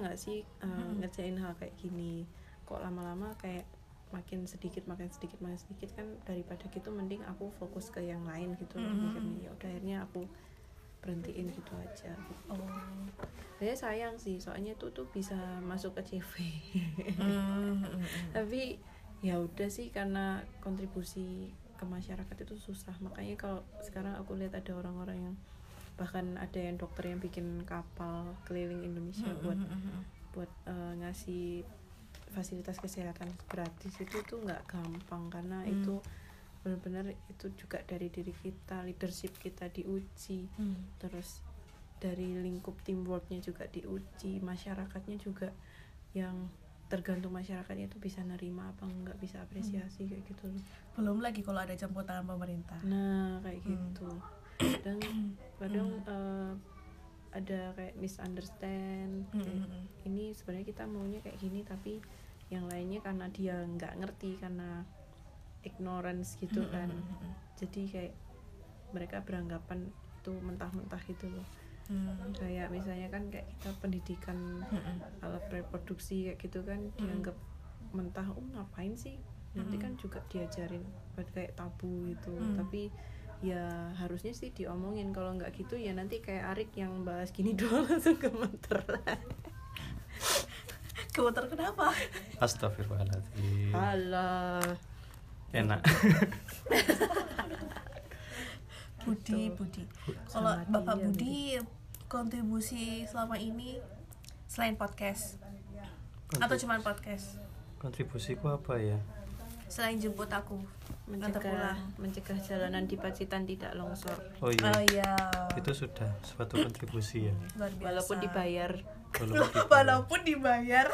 Speaker 1: Hmm.
Speaker 3: nggak sih uh, ngerjain hal kayak gini kok lama-lama kayak makin sedikit makin sedikit makin sedikit kan daripada gitu mending aku fokus ke yang lain gitu loh
Speaker 1: Hmm.
Speaker 3: mikirnya ya udah akhirnya aku berhentiin gitu aja gitu.
Speaker 1: oh
Speaker 3: saya sayang sih soalnya itu tuh bisa masuk ke CV
Speaker 1: Hmm.
Speaker 3: tapi ya udah sih karena kontribusi ke masyarakat itu susah makanya kalau sekarang aku lihat ada orang-orang yang bahkan ada yang dokter yang bikin kapal keliling Indonesia
Speaker 1: Hmm,
Speaker 3: buat buat eh, ngasih fasilitas kesehatan gratis itu tuh nggak gampang karena itu benar-benar itu juga dari diri kita leadership kita diuji
Speaker 1: Hmm.
Speaker 3: terus dari lingkup teamworknya juga diuji masyarakatnya juga yang tergantung masyarakatnya itu bisa nerima apa nggak bisa apresiasi
Speaker 1: Hmm.
Speaker 3: kayak gitu loh
Speaker 1: belum lagi kalau ada campur tangan pemerintah
Speaker 3: nah kayak
Speaker 1: Hmm.
Speaker 3: gitu dan kadang eh, ada kayak misunderstand
Speaker 1: Hmm,
Speaker 3: kayak,
Speaker 1: hmm, hmm.
Speaker 3: ini sebenarnya kita maunya kayak gini tapi yang lainnya karena dia nggak ngerti karena ignorance gitu
Speaker 1: Hmm,
Speaker 3: kan jadi kayak mereka beranggapan itu mentah-mentah gitu loh
Speaker 1: Hmm.
Speaker 3: kayak misalnya kan kayak kita pendidikan alat reproduksi kayak gitu kan dianggap mentah
Speaker 1: Mm.
Speaker 3: oh ngapain sih nanti kan juga diajarin buat kayak tabu gitu tapi ya harusnya sih diomongin kalau nggak gitu ya nanti kayak Arik yang bahas gini doang langsung kementeran
Speaker 1: Kemuter kenapa? Iya.
Speaker 2: Astagfirullahaladzim.
Speaker 3: alah
Speaker 2: Enak. Gitu.
Speaker 1: Budi, Budi. Kalau
Speaker 3: Sama
Speaker 1: Bapak
Speaker 3: dia,
Speaker 1: Budi kontribusi selama ini selain podcast atau cuman podcast?
Speaker 2: kontribusiku apa ya?
Speaker 1: Selain jemput aku nganter
Speaker 3: mencegah
Speaker 1: pulang.
Speaker 3: mencegah jalanan di Pacitan tidak longsor
Speaker 2: Oh iya.
Speaker 1: Oh iya.
Speaker 2: Itu sudah suatu kontribusi ya.
Speaker 1: Luar biasa.
Speaker 3: walaupun dibayar
Speaker 2: Walaupun dibayar.
Speaker 1: walaupun dibayar.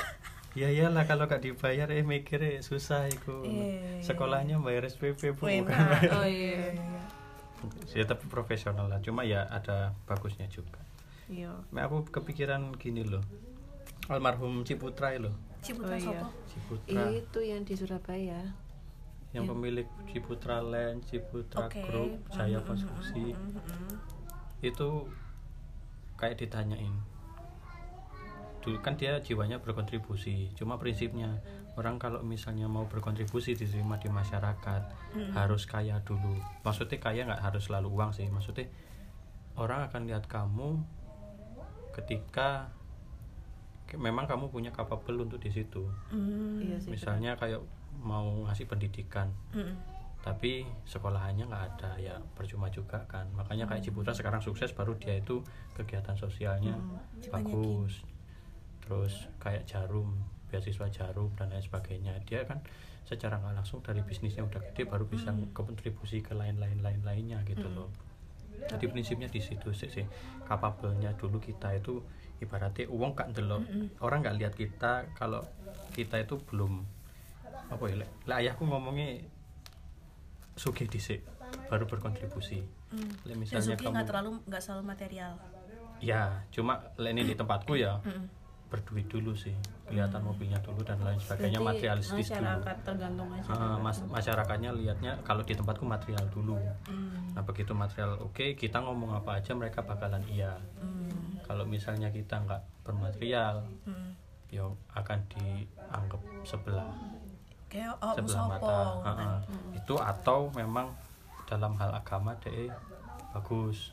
Speaker 2: Ya iyalah kalau gak dibayar eh mikir eh, susah iku.
Speaker 1: Iya.
Speaker 2: Sekolahnya bayar SPP Bu,
Speaker 1: Wih,
Speaker 2: bukan
Speaker 1: nah.
Speaker 2: bayar.
Speaker 3: oh iya
Speaker 2: Ya tapi profesional lah. Cuma ya ada bagusnya juga.
Speaker 3: iya
Speaker 2: Mek, aku kepikiran gini loh. Almarhum Ciputra loh.
Speaker 1: Ciputra
Speaker 3: Oh, iya.
Speaker 1: Sopo. Nah.
Speaker 2: Ciputra
Speaker 3: itu yang di Surabaya
Speaker 2: yang pemilik Ciputra Land, Ciputra
Speaker 1: Oke.
Speaker 2: Group, Jaya Konstruksi. itu kayak ditanyain dulu kan dia jiwanya berkontribusi cuma prinsipnya orang kalau misalnya mau berkontribusi diterima di masyarakat harus kaya dulu maksudnya kaya nggak harus selalu uang sih maksudnya orang akan lihat kamu ketika ke- memang kamu punya capable untuk di situ
Speaker 1: Hmm.
Speaker 3: iya sih
Speaker 2: misalnya kayak mau ngasih pendidikan
Speaker 1: Mm-mm.
Speaker 2: tapi sekolahannya nggak ada ya percuma juga kan makanya kayak Ciputra sekarang sukses baru dia itu kegiatan sosialnya bagus terus kayak jarum beasiswa jarum dan lain sebagainya dia kan secara nggak langsung dari bisnisnya udah gede baru bisa kontribusi ke lain-lain lain lainnya gitu loh jadi prinsipnya di situ sih sih capable-nya dulu kita itu ibaratnya uang gak delok orang nggak lihat kita kalau kita itu belum apa ya Lek? Lek ayahku ngomongnya sugih dhisik baru berkontribusi
Speaker 1: Hmm.
Speaker 2: Lek
Speaker 1: Dan
Speaker 2: misalnya
Speaker 1: Suki
Speaker 2: kamu
Speaker 1: nggak terlalu nggak selalu material.
Speaker 2: ya cuma lek ini di tempatku ya
Speaker 1: Mm-mm.
Speaker 2: berduit dulu sih kelihatan mobilnya dulu dan lain sebagainya materialistis dulu
Speaker 3: masyarakat tergantung aja
Speaker 2: Ah, mas- masyarakatnya lihatnya kalau di tempatku material dulu nah begitu material oke kita ngomong apa aja mereka bakalan iya kalau misalnya kita nggak bermaterial
Speaker 1: Mm.
Speaker 2: ya akan dianggap sebelah
Speaker 1: Kayak oh
Speaker 2: sebelah
Speaker 1: musopo.
Speaker 2: mata Ha-ha. itu atau memang dalam hal agama deh bagus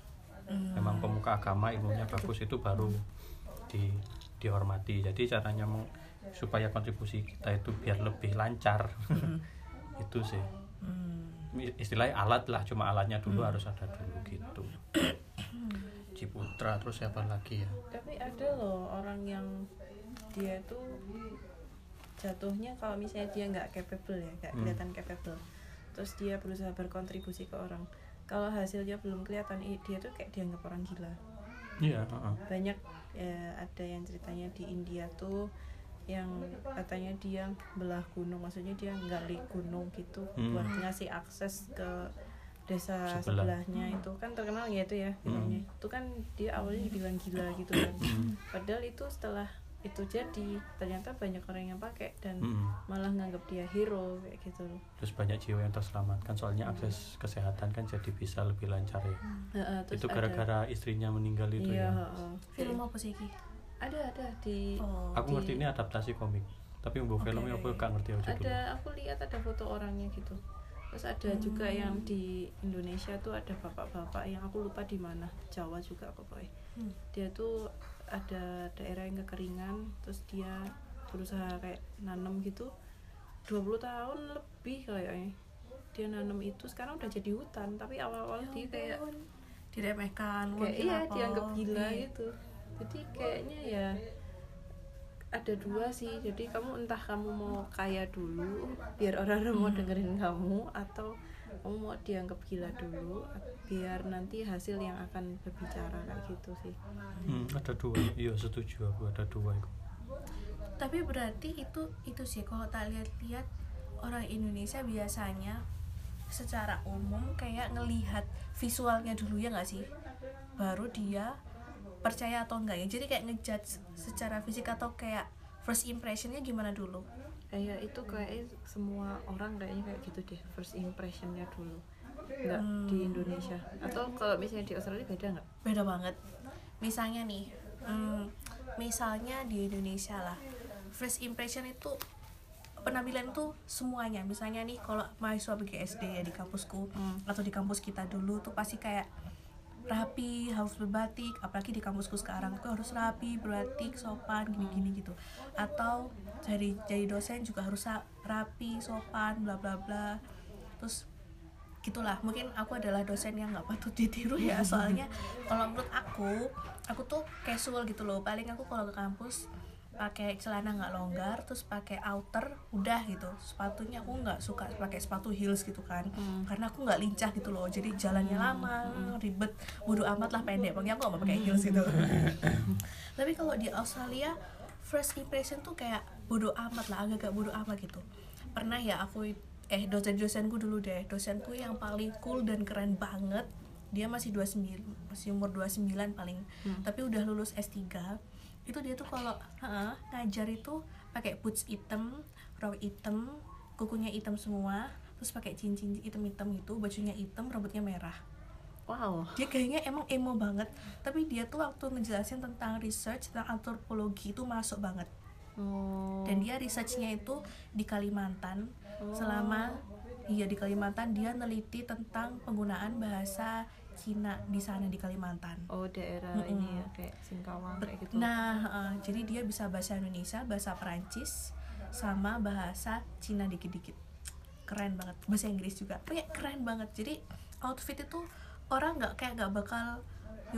Speaker 2: memang pemuka agama ilmunya bagus itu baru di dihormati jadi caranya meng- supaya kontribusi kita itu biar lebih lancar itu sih Mi- istilahnya alat lah cuma alatnya dulu harus ada dulu gitu Ciputra terus siapa lagi ya
Speaker 3: tapi ada loh orang yang dia tuh jatuhnya kalau misalnya dia nggak capable ya nggak
Speaker 2: Hmm.
Speaker 3: kelihatan capable terus dia berusaha berkontribusi ke orang kalau hasilnya belum kelihatan i- dia tuh kayak dianggap orang gila
Speaker 2: iya ha-ha.
Speaker 3: banyak ya, ada yang ceritanya di India tuh yang katanya dia belah gunung maksudnya dia nggali gunung gitu
Speaker 2: Hmm.
Speaker 3: buat ngasih akses ke desa
Speaker 2: Sebelah. Hmm.
Speaker 3: sebelahnya itu kan terkenal ya itu ya filmnya itu kan dia awalnya dibilang gila gitu kan padahal itu setelah itu jadi ternyata banyak orang yang pakai dan
Speaker 2: Mm-mm.
Speaker 3: malah nganggap dia hero kayak gitu loh
Speaker 2: terus banyak jiwa yang terselamatkan
Speaker 1: Hmm.
Speaker 2: soalnya akses kesehatan kan jadi bisa lebih lancar ya
Speaker 3: Heeh, terus
Speaker 2: itu
Speaker 3: ada-
Speaker 2: gara-gara istrinya meninggal itu
Speaker 3: iya
Speaker 2: ya
Speaker 3: heeh.
Speaker 1: Film apa sih Ki?
Speaker 3: ada ada di
Speaker 1: Oh.
Speaker 2: aku
Speaker 3: Di-
Speaker 2: ngerti ini adaptasi komik tapi mbok filmnya aku gak ngerti aja dulu
Speaker 3: ada aku lihat ada foto orangnya gitu terus ada juga yang di Indonesia tuh ada bapak-bapak yang aku lupa di mana Jawa juga pokoknya
Speaker 1: Hmm.
Speaker 3: dia tuh ada daerah yang kekeringan terus dia berusaha kayak nanam gitu 20 tahun lebih kayaknya dia nanam itu sekarang udah jadi hutan tapi awal-awal
Speaker 1: Ya
Speaker 3: dia kayak
Speaker 1: diremehkan
Speaker 3: kayak
Speaker 1: mungkin
Speaker 3: iya
Speaker 1: apa.
Speaker 3: dianggap gila
Speaker 1: Iya.
Speaker 3: gitu jadi kayaknya ya ada dua sih jadi kamu entah kamu mau kaya dulu biar orang-orang mau dengerin kamu atau kamu mau dianggap gila dulu biar nanti hasil yang akan berbicara kayak gitu sih
Speaker 2: Hmm, ada dua iya setuju aku ada dua itu
Speaker 1: tapi berarti itu itu sih kalau tak lihat-lihat orang Indonesia biasanya secara umum kayak ngelihat visualnya dulu ya nggak sih baru dia percaya atau enggak ya jadi kayak ngejudge secara fisik atau kayak first impressionnya gimana dulu
Speaker 3: kayak itu kayak semua orang kayaknya kayak gitu deh first impressionnya dulu nggak
Speaker 1: Hmm.
Speaker 3: di Indonesia atau kalau misalnya di Australia beda nggak
Speaker 1: beda banget misalnya nih hmm, misalnya di Indonesia lah first impression itu penampilan tuh semuanya misalnya nih kalau mahasiswa BGSD ya di kampusku atau di kampus kita dulu tuh pasti kayak rapi harus berbatik apalagi di kampusku sekarang tuh harus rapi berbatik sopan gini-gini gitu atau jadi jadi dosen juga harus sa- rapi sopan bla bla bla terus gitulah mungkin aku adalah dosen yang nggak patut ditiru ya soalnya kalau menurut aku aku tuh casual gitu loh paling aku kalau ke kampus pakai celana nggak longgar terus pakai outer udah gitu sepatunya aku nggak suka pakai sepatu heels gitu kan karena aku nggak lincah gitu loh jadi jalannya lama ribet bodo amat lah pendek pokoknya aku nggak mau pakai heels gitu tapi kalau di Australia first impression tuh kayak bodo amat lah agak-agak bodo amat gitu pernah ya aku eh dosen-dosenku dulu deh dosenku yang paling cool dan keren banget dia masih 29 masih umur 29 paling tapi udah lulus S3 itu dia tuh kalau heeh, ngajar itu pakai boots hitam rok hitam kukunya hitam semua terus pakai cincin hitam-hitam itu bajunya hitam rambutnya merah
Speaker 3: wow
Speaker 1: dia kayaknya emang emo banget tapi dia tuh waktu ngejelasin tentang research tentang antropologi itu masuk banget
Speaker 3: oh.
Speaker 1: dan dia researchnya itu di Kalimantan selama iya di Kalimantan dia neliti tentang penggunaan bahasa Cina di sana di Kalimantan
Speaker 3: oh daerah ini ya kayak Singkawang kayak
Speaker 1: Hmm,
Speaker 3: gitu
Speaker 1: nah eh, jadi dia bisa bahasa Indonesia bahasa Perancis sama bahasa Cina dikit-dikit keren banget bahasa Inggris juga pokoknya keren banget jadi outfit itu orang nggak kayak nggak bakal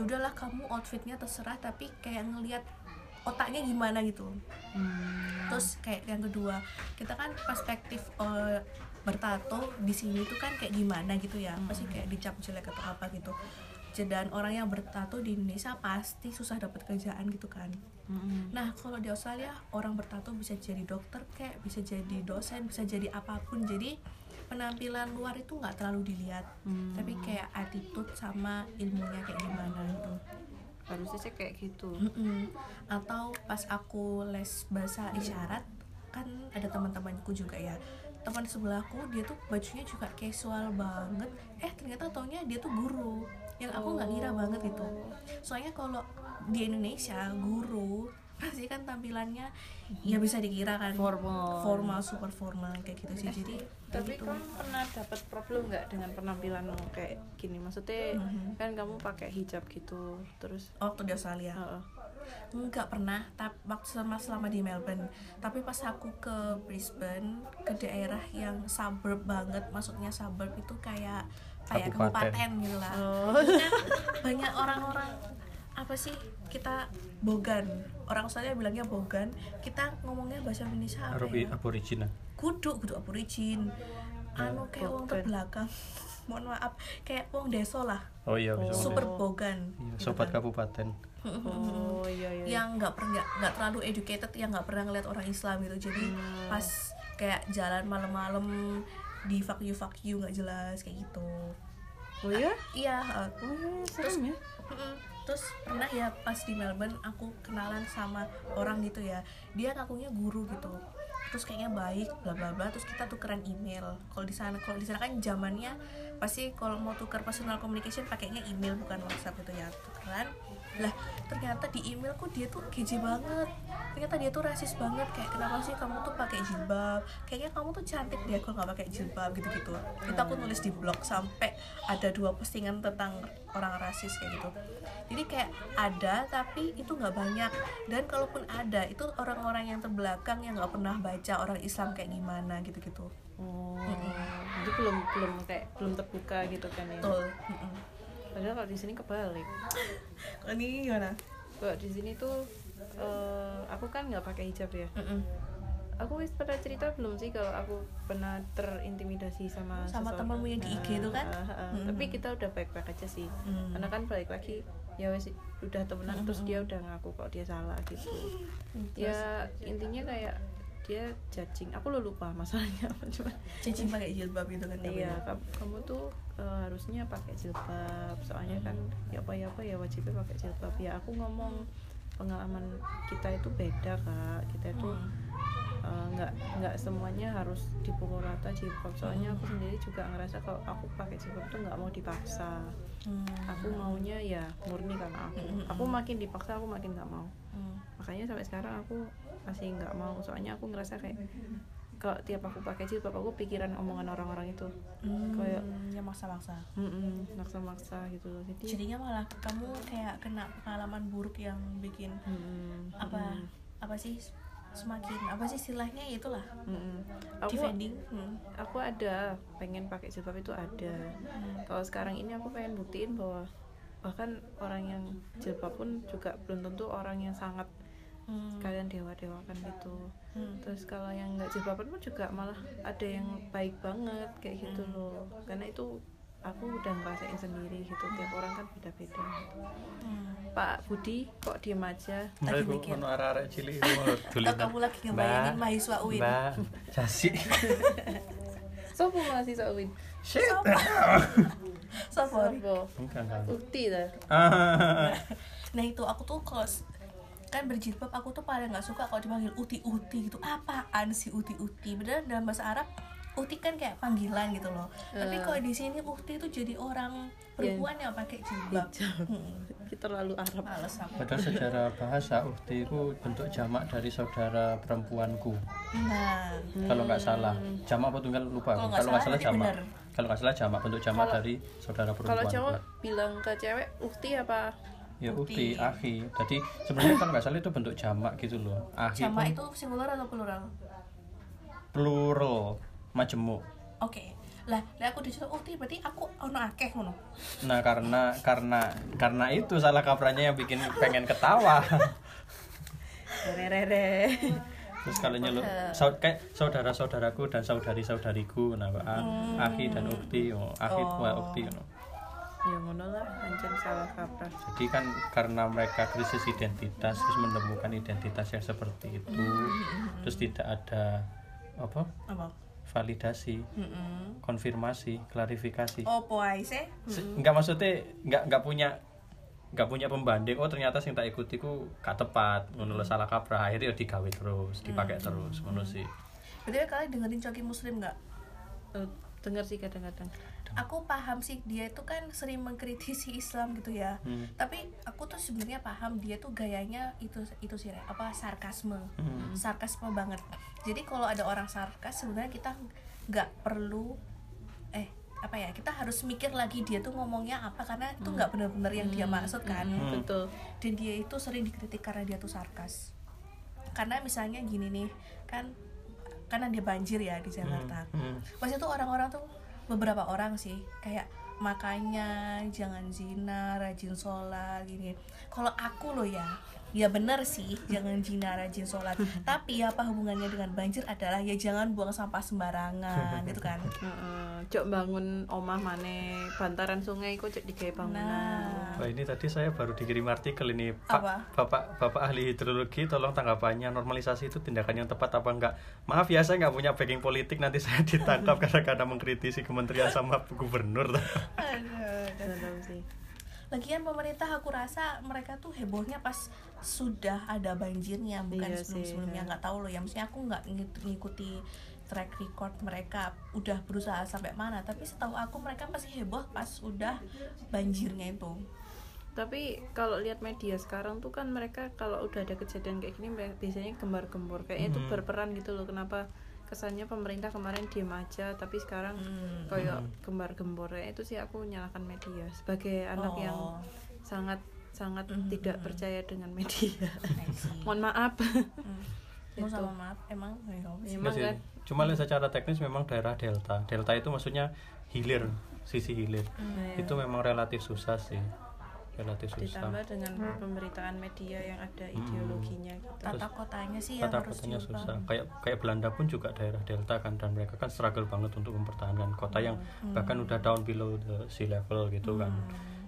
Speaker 1: ya udahlah kamu outfitnya terserah tapi kayak ngelihat otaknya gimana gitu
Speaker 3: Hmm.
Speaker 1: terus kayak yang kedua kita kan perspektif eh, bertato di sini tuh kan kayak gimana gitu ya pasti
Speaker 3: Hmm.
Speaker 1: kayak dicap jelek atau apa gitu dan orang yang bertato di Indonesia pasti susah dapat kerjaan gitu kan
Speaker 3: Mm-mm.
Speaker 1: nah kalau di Australia orang bertato bisa jadi dokter kayak bisa jadi dosen bisa jadi apapun jadi penampilan luar itu nggak terlalu dilihat
Speaker 3: Hmm.
Speaker 1: tapi kayak attitude sama ilmunya kayak gimana gitu
Speaker 3: harusnya sih kayak gitu
Speaker 1: Mm-mm. atau pas aku les bahasa isyarat kan ada teman-temanku juga ya teman sebelahku dia tuh bajunya juga casual banget eh ternyata taunya dia tuh guru yang Hmm, aku nggak
Speaker 3: Oh.
Speaker 1: ngira banget gitu soalnya kalau di Indonesia guru pasti kan tampilannya ya bisa dikira kan
Speaker 3: Formal.
Speaker 1: formal super formal kayak gitu sih jadi
Speaker 3: tapi
Speaker 1: gitu.
Speaker 3: kan- kamu pernah dapat problem nggak dengan penampilanmu kayak gini maksudnya
Speaker 1: Mhm.
Speaker 3: kan kamu pakai hijab gitu terus
Speaker 1: Oh, waktu di Australia
Speaker 3: Heeh.
Speaker 1: Enggak pernah, tapi waktu selama selama di Melbourne. Tapi pas aku ke Brisbane, ke daerah yang suburb banget, maksudnya suburb itu kayak kayak
Speaker 2: Kabupaten.
Speaker 1: kabupaten gitu lah.
Speaker 3: Oh.
Speaker 1: Kan banyak orang-orang apa sih kita bogan orang Australia bilangnya bogan kita ngomongnya bahasa Indonesia apa ya?
Speaker 2: Arabi Aborigina
Speaker 1: kudu kudu aborigin anu kayak wong
Speaker 3: Bogan.
Speaker 1: terbelakang mohon maaf kayak wong desa lah
Speaker 2: oh iya
Speaker 3: Oh.
Speaker 2: bisa ngomong.
Speaker 1: super bogan
Speaker 2: Iya,
Speaker 1: gitu
Speaker 2: sobat
Speaker 1: kan.
Speaker 2: kabupaten
Speaker 3: oh iya iya
Speaker 1: yang nggak pernah nggak- nggak terlalu educated yang nggak pernah ngeliat orang Islam gitu jadi
Speaker 2: Hmm.
Speaker 1: pas kayak jalan malam-malam di fuck you fuck you nggak jelas kayak gitu
Speaker 3: oh iya
Speaker 1: iya eh,
Speaker 3: oh iya serem ya
Speaker 1: mm-mm. terus pernah ya pas di Melbourne aku kenalan sama orang gitu ya dia ngakunya guru gitu terus kayaknya baik bla bla bla terus kita tukeran email kalau di sana kalau di sana kan zamannya pasti kalau mau tuker personal communication pakainya email bukan WhatsApp gitu ya tukeran lah ternyata di emailku dia tuh keji banget ternyata dia tuh rasis banget kayak kenapa sih kamu tuh pakai jilbab kayaknya kamu tuh cantik deh kalau nggak pakai jilbab gitu gitu itu aku nulis di blog sampai ada dua postingan tentang orang rasis kayak gitu jadi kayak ada tapi itu nggak banyak dan kalaupun ada itu orang-orang yang terbelakang yang nggak pernah baca orang Islam kayak gimana gitu gitu
Speaker 3: oh jadi belum belum kayak belum terbuka gitu kan ya
Speaker 1: betul Mm-mm.
Speaker 3: padahal kalau di sini kebalik
Speaker 1: Kalau ini gimana
Speaker 3: kalau di sini tuh eh, aku kan nggak pakai hijab ya
Speaker 1: Mm-mm.
Speaker 3: aku wis pernah cerita belum sih kalau aku pernah terintimidasi sama
Speaker 1: Sama
Speaker 3: seseorang?
Speaker 1: temenmu yang di
Speaker 3: Nah,
Speaker 1: IG itu kan?
Speaker 3: ah, ah, ah.
Speaker 1: Mm.
Speaker 3: tapi kita udah baik-baik aja sih
Speaker 1: Mm.
Speaker 3: karena kan balik lagi ya wis udah temenan terus dia udah ngaku kalau dia salah gitu ya intinya kayak dia judging aku lo lupa masalahnya apa cuma
Speaker 1: cici pakai jilbab gitu kan
Speaker 3: iya
Speaker 1: namanya.
Speaker 3: kamu, kamu tuh eh, harusnya pakai jilbab soalnya kan ya apa ya apa ya wajibnya pakai jilbab ya aku ngomong pengalaman kita itu beda kak kita itu
Speaker 1: Hmm.
Speaker 3: eh, nggak nggak semuanya harus dipukul rata jilbab soalnya aku sendiri juga ngerasa kalau aku pakai jilbab tuh nggak mau dipaksa
Speaker 1: Hmm.
Speaker 3: aku maunya ya murni karena aku
Speaker 1: Mm-mm.
Speaker 3: aku makin dipaksa aku makin nggak mau
Speaker 1: Hmm.
Speaker 3: makanya sampai sekarang aku masih nggak mau soalnya aku ngerasa kayak kalau tiap aku pakai jilbab aku pikiran omongan orang-orang itu kayak
Speaker 1: ya maksa-maksa
Speaker 3: mm-mm, maksa-maksa gitu loh jadi
Speaker 1: jadinya malah kamu kayak kena pengalaman buruk yang bikin
Speaker 3: mm-mm,
Speaker 1: apa
Speaker 3: Hmm.
Speaker 1: apa sih semakin apa sih istilahnya ya itulah
Speaker 3: mm-mm. aku
Speaker 1: defending Hmm.
Speaker 3: aku ada pengen pakai jilbab itu ada kalau sekarang ini aku pengen buktiin bahwa bahkan orang yang jilbab pun juga belum tentu orang yang sangat
Speaker 1: Hmm.
Speaker 3: kalian dewa dewakan gitu
Speaker 1: Hmm.
Speaker 3: terus kalau yang nggak jilbaban pun juga malah ada yang baik banget kayak gitu loh karena itu aku udah ngerasain sendiri gitu tiap orang kan beda beda
Speaker 1: Hmm.
Speaker 3: Pak Budi kok diem aja
Speaker 1: Lagi
Speaker 2: Mereka
Speaker 1: mikir.
Speaker 2: ono arah-arah cilik iku lho,
Speaker 1: Atau
Speaker 2: dulinan.
Speaker 1: kamu lagi ngebayangin
Speaker 2: Mbak,
Speaker 1: mahasiswa UIN
Speaker 2: Mbak, jasi.
Speaker 3: sopo masih sawin
Speaker 2: Shit.
Speaker 1: Sorry.
Speaker 3: sopo
Speaker 2: Bukan kan.
Speaker 3: bukti dah
Speaker 2: Ah.
Speaker 1: Nah itu aku tuh kos kan berjilbab aku tuh paling nggak suka kalau dipanggil uti-uti gitu apaan sih uti-uti bener dalam bahasa Arab uti kan kayak panggilan gitu loh tapi
Speaker 3: Eh.
Speaker 1: kalau di sini uti itu jadi orang perempuan yang pakai
Speaker 3: Iya.
Speaker 1: jilbab Hmm,
Speaker 3: kita terlalu Arab
Speaker 1: males aku
Speaker 2: Padahal secara bahasa uhti itu bentuk jamak dari saudara perempuanku.
Speaker 1: nah
Speaker 2: Kalau nggak salah, jamak apa tunggal lupa.
Speaker 1: Kalau
Speaker 2: aku.
Speaker 1: nggak
Speaker 2: Kalau
Speaker 1: salah
Speaker 2: nggak salah
Speaker 1: nanti
Speaker 2: jamak.
Speaker 1: bener.
Speaker 2: Kalau nggak salah jamak bentuk jamak
Speaker 3: Kalau-
Speaker 2: dari saudara
Speaker 3: kalau
Speaker 2: perempuanku.
Speaker 3: cowok bilang ke cewek ukti apa
Speaker 2: Ya
Speaker 1: Uhti.
Speaker 2: uhti, akhi. Jadi sebenarnya kalau nggak salah itu bentuk jamak gitu loh. Akhi
Speaker 1: sama
Speaker 2: pun
Speaker 1: itu singular atau plural
Speaker 2: plural, majemuk.
Speaker 1: oke lah lah aku disuruh uti berarti aku ono akeh ngono
Speaker 2: Nah karena karena karena itu salah kaprahnya yang bikin pengen ketawa.
Speaker 3: rere
Speaker 2: Terus kalau nyeluk sau- kayak saudara-saudaraku dan saudari-saudariku, nah Pak, ah, akhi dan ukti, oh, akhi wa ukti. no.
Speaker 3: ya ngono lah anjir salah kaprah
Speaker 2: Jadi kan karena mereka krisis identitas terus menemukan identitas yang seperti itu, terus tidak ada apa
Speaker 1: apa
Speaker 2: validasi,
Speaker 1: Mm-mm.
Speaker 2: konfirmasi, klarifikasi.
Speaker 1: opo ae sih
Speaker 2: Se- nggak maksudnya nggak nggak punya nggak punya pembanding oh ternyata sing tak ikuti ku gak tepat menurut salah kaprah akhirnya ya digawe terus dipakai terus menurut sih
Speaker 1: berarti kalian dengerin coki muslim nggak
Speaker 3: Eh, dengar sih kadang-kadang
Speaker 1: aku paham sih dia itu kan sering mengkritisi Islam gitu ya
Speaker 2: Hmm.
Speaker 1: tapi aku tuh sebenarnya paham dia tuh gayanya itu itu sih Re, apa sarkasme
Speaker 2: Hmm.
Speaker 1: Hmm. sarkasme banget jadi kalau ada orang sarkas sebenarnya kita nggak perlu eh apa ya kita harus mikir lagi dia tuh ngomongnya apa karena itu nggak benar-benar yang dia maksud
Speaker 3: Hmm.
Speaker 1: kan
Speaker 3: betul
Speaker 1: dan dia itu sering dikritik karena dia tuh sarkas karena misalnya gini nih kan karena dia banjir ya di Jakarta
Speaker 2: Hmm.
Speaker 1: pas itu orang-orang tuh beberapa orang sih kayak makanya jangan zina rajin sholat gini kalau aku loh ya ya bener sih jangan zina rajin sholat tapi apa hubungannya dengan banjir adalah ya jangan buang sampah sembarangan gitu kan
Speaker 3: Heeh, cok bangun omah maneh bantaran sungai kok cok digawe bangunan.
Speaker 1: nah
Speaker 2: Wah, ini tadi saya baru dikirim artikel ini Pak
Speaker 1: Apa?
Speaker 2: Bapak Bapak ahli hidrologi tolong tanggapannya normalisasi itu tindakan yang tepat apa enggak maaf ya saya nggak punya backing politik nanti saya ditangkap karena karena mengkritisi kementerian sama gubernur
Speaker 1: Aduh.
Speaker 3: Nggak tahu sih.
Speaker 1: lagian pemerintah aku rasa mereka tuh hebohnya pas sudah ada banjirnya bukan
Speaker 3: Iya
Speaker 1: sebelum
Speaker 3: sih,
Speaker 1: sebelumnya
Speaker 3: iya.
Speaker 1: nggak tahu loh ya maksudnya aku nggak ngi- ngikuti track record mereka udah berusaha sampai mana tapi setahu aku mereka masih heboh pas udah banjirnya itu
Speaker 3: Tapi kalau lihat media sekarang tuh kan mereka kalau udah ada kejadian kayak gini mereka biasanya gembar-gembor kayaknya itu
Speaker 2: Hmm.
Speaker 3: berperan gitu loh. Kenapa kesannya pemerintah kemarin diem aja tapi sekarang
Speaker 2: Hmm.
Speaker 3: kayak gembar-gembor Kayaknya itu sih aku menyalahkan media sebagai anak
Speaker 1: Oh.
Speaker 3: yang sangat sangat
Speaker 2: Hmm.
Speaker 1: Mhm,
Speaker 3: tidak
Speaker 1: mhm.
Speaker 3: percaya dengan media.
Speaker 1: I see.
Speaker 3: Mohon maaf.
Speaker 1: Hmm. Mau
Speaker 3: Gitu.
Speaker 1: sama maaf emang ya, nggak apa sih.
Speaker 3: Emang kan
Speaker 2: Iya cuma lihat secara teknis memang daerah delta delta itu maksudnya hilir sisi hilir
Speaker 3: Nah,
Speaker 2: itu memang relatif susah sih relatif susah Hmm.
Speaker 3: ditambah dengan pemberitaan media yang ada ideologinya gitu.
Speaker 1: tata kotanya sih yang
Speaker 2: kata
Speaker 1: harus
Speaker 2: kotanya
Speaker 1: diubah.
Speaker 2: susah kayak kayak Belanda pun juga daerah delta kan dan mereka kan struggle banget untuk mempertahankan kota yang
Speaker 1: Hmm.
Speaker 2: bahkan udah down below the sea level gitu kan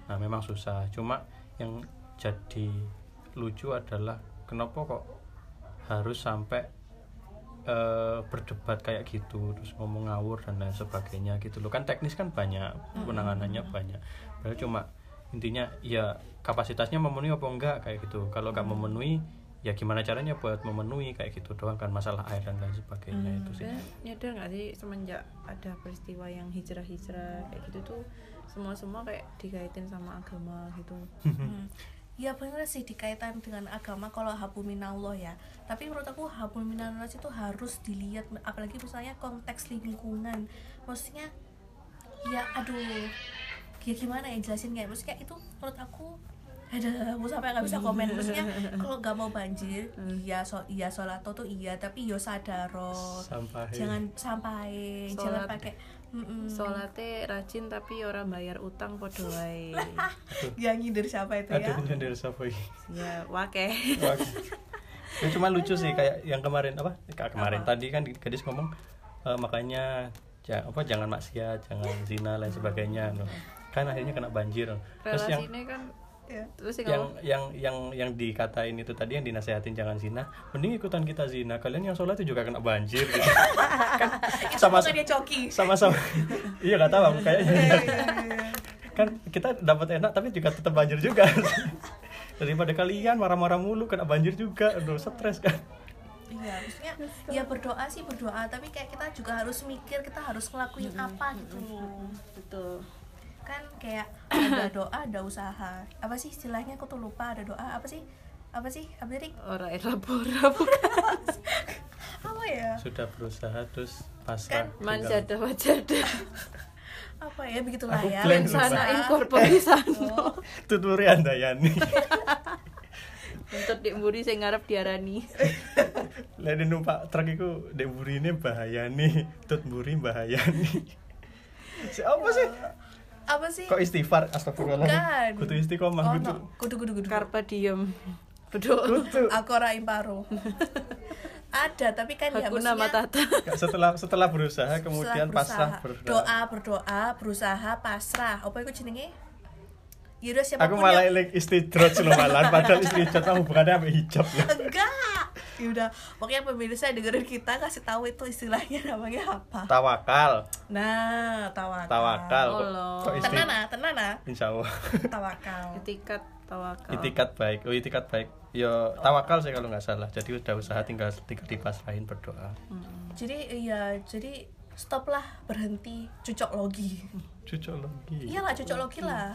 Speaker 2: nah memang susah cuma yang jadi lucu adalah kenapa kok harus sampai eh, berdebat kayak gitu terus ngomong ngawur dan lain sebagainya gitu loh kan teknis kan banyak penanganannya banyak padahal cuma intinya ya kapasitasnya memenuhi apa enggak kayak gitu kalau nggak memenuhi ya gimana caranya buat memenuhi kayak gitu doang kan masalah air dan lain sebagainya itu sih
Speaker 3: Dan nyadar nggak sih semenjak ada peristiwa yang hijrah-hijrah kayak gitu tuh semua semua kayak dikaitin sama agama gitu.
Speaker 1: Hmm. ya bener sih dikaitan dengan agama kalau habul minallah ya tapi menurut aku habul minallah itu harus dilihat apalagi misalnya konteks lingkungan maksudnya ya aduh ya gimana ya jelasin kayak maksudnya itu menurut aku ada mau sampai nggak bisa komen maksudnya kalau nggak mau banjir iya so iya solato tuh iya tapi yo sadaro Oh,
Speaker 2: Sampahe.
Speaker 1: jangan sampai
Speaker 3: Sholat.
Speaker 1: jangan pakai mm-mm.
Speaker 3: Solatnya rajin tapi ora bayar utang podo wae.
Speaker 1: ya nyindir siapa itu ya
Speaker 2: Aduh, nyender sapa iki?
Speaker 3: ya, wake.
Speaker 2: Wah. Ya, cuma lucu sih kayak yang kemarin apa? Kayak kemarin
Speaker 3: Apa?
Speaker 2: tadi kan gadis ngomong e, makanya ja- apa jangan maksiat, jangan zina lain sebagainya. Loh. Kan akhirnya kena banjir. Terus yang
Speaker 3: Relasinya kan
Speaker 1: Ya.
Speaker 3: terus sing
Speaker 2: yang
Speaker 3: ngomong,
Speaker 2: yang yang yang dikatain itu tadi yang dinasehatin jangan zina mending ikutan kita zina kalian yang sholat juga kena banjir gitu. kan sama
Speaker 1: Bukan dia coki
Speaker 2: sama sama iya gak tahu aku kayaknya
Speaker 1: iya,
Speaker 2: kan kita dapat enak tapi juga tetap banjir juga daripada kalian marah-marah mulu kena banjir juga aduh stres kan
Speaker 1: Iya, maksudnya ya berdoa sih berdoa, tapi kayak kita juga harus mikir kita harus ngelakuin apa gitu.
Speaker 3: betul.
Speaker 1: Kan kayak ada doa, ada usaha. Apa sih istilahnya? Aku tuh lupa ada doa apa sih? Apa sih? Apa sih? Rik?
Speaker 3: Ora elabora bukan
Speaker 1: Apa ya?
Speaker 2: sudah berusaha terus
Speaker 1: Kan,
Speaker 2: pasrah
Speaker 3: manjada wajada.
Speaker 1: Apa ya? Begitulah
Speaker 2: Aku
Speaker 1: ya.
Speaker 2: blank
Speaker 1: berdoa.
Speaker 2: sumpah.
Speaker 3: Sana incorpori
Speaker 1: Oh,
Speaker 3: sano.
Speaker 2: tuturi andayani
Speaker 3: Untuk dik mburi sing ngarep diarani.
Speaker 2: lain numpak truk itu dek mburi ini bahaya nih tut mburi bahaya nih Si- apa sih
Speaker 1: Apa sih?
Speaker 2: kok istighfar astagfirullah
Speaker 1: Iya. Bukan.
Speaker 2: kutu istiqomah
Speaker 1: Oh,
Speaker 2: kutu
Speaker 1: no. Kudu kudu kudu.
Speaker 3: Karpa diem. Bedo.
Speaker 2: kutu
Speaker 1: Aku ora imparo. ada, tapi kan ya
Speaker 3: Hakuna
Speaker 1: maksudnya
Speaker 3: Matata.
Speaker 2: setelah setelah berusaha
Speaker 1: Setelah
Speaker 2: kemudian pasrah
Speaker 1: berusaha.
Speaker 2: berdoa
Speaker 1: Doa, berdoa, berusaha, pasrah. Apa itu jenenge? Ya Yaudah siapapun
Speaker 2: aku malah
Speaker 1: yang-
Speaker 2: eling istidrot loh malah padahal istidrot kamu bukannya sampai hijab ya. loh
Speaker 1: Ah. enggak yaudah pokoknya pemirsa yang dengerin kita kasih tahu itu istilahnya namanya apa
Speaker 2: tawakal
Speaker 1: nah tawakal Oh,
Speaker 2: tawakal kok,
Speaker 3: Allah.
Speaker 2: kok isti-
Speaker 1: tenang ah tenang ah
Speaker 2: insya Allah
Speaker 1: tawakal
Speaker 3: Etikat tawakal.
Speaker 2: itikat baik oh itikat baik yo tawakal sih kalau nggak salah jadi udah usaha tinggal tinggal dipasrahin berdoa
Speaker 1: Hmm. jadi iya jadi stoplah berhenti cucok logi
Speaker 2: cucok lagi
Speaker 1: iyalah cucok logi lah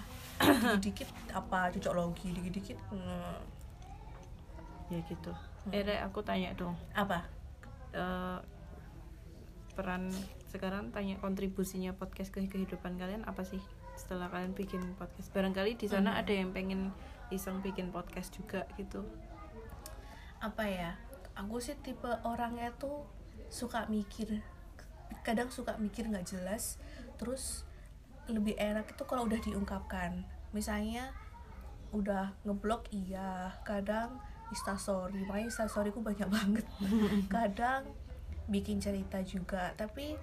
Speaker 1: dikit, dikit apa cucok logi dikit dikit hmm,
Speaker 3: Ya gitu. Ere aku tanya dong.
Speaker 1: apa
Speaker 3: eh, peran sekarang tanya kontribusinya podcast ke kehidupan kalian apa sih setelah kalian bikin podcast barangkali di
Speaker 1: Hmm.
Speaker 3: sana ada yang pengen iseng bikin podcast juga gitu
Speaker 1: apa ya aku sih tipe orangnya tuh suka mikir kadang suka mikir nggak jelas terus lebih enak itu kalau udah diungkapkan misalnya udah ngeblok iya kadang instastory makanya instastoryku banyak banget kadang bikin cerita juga tapi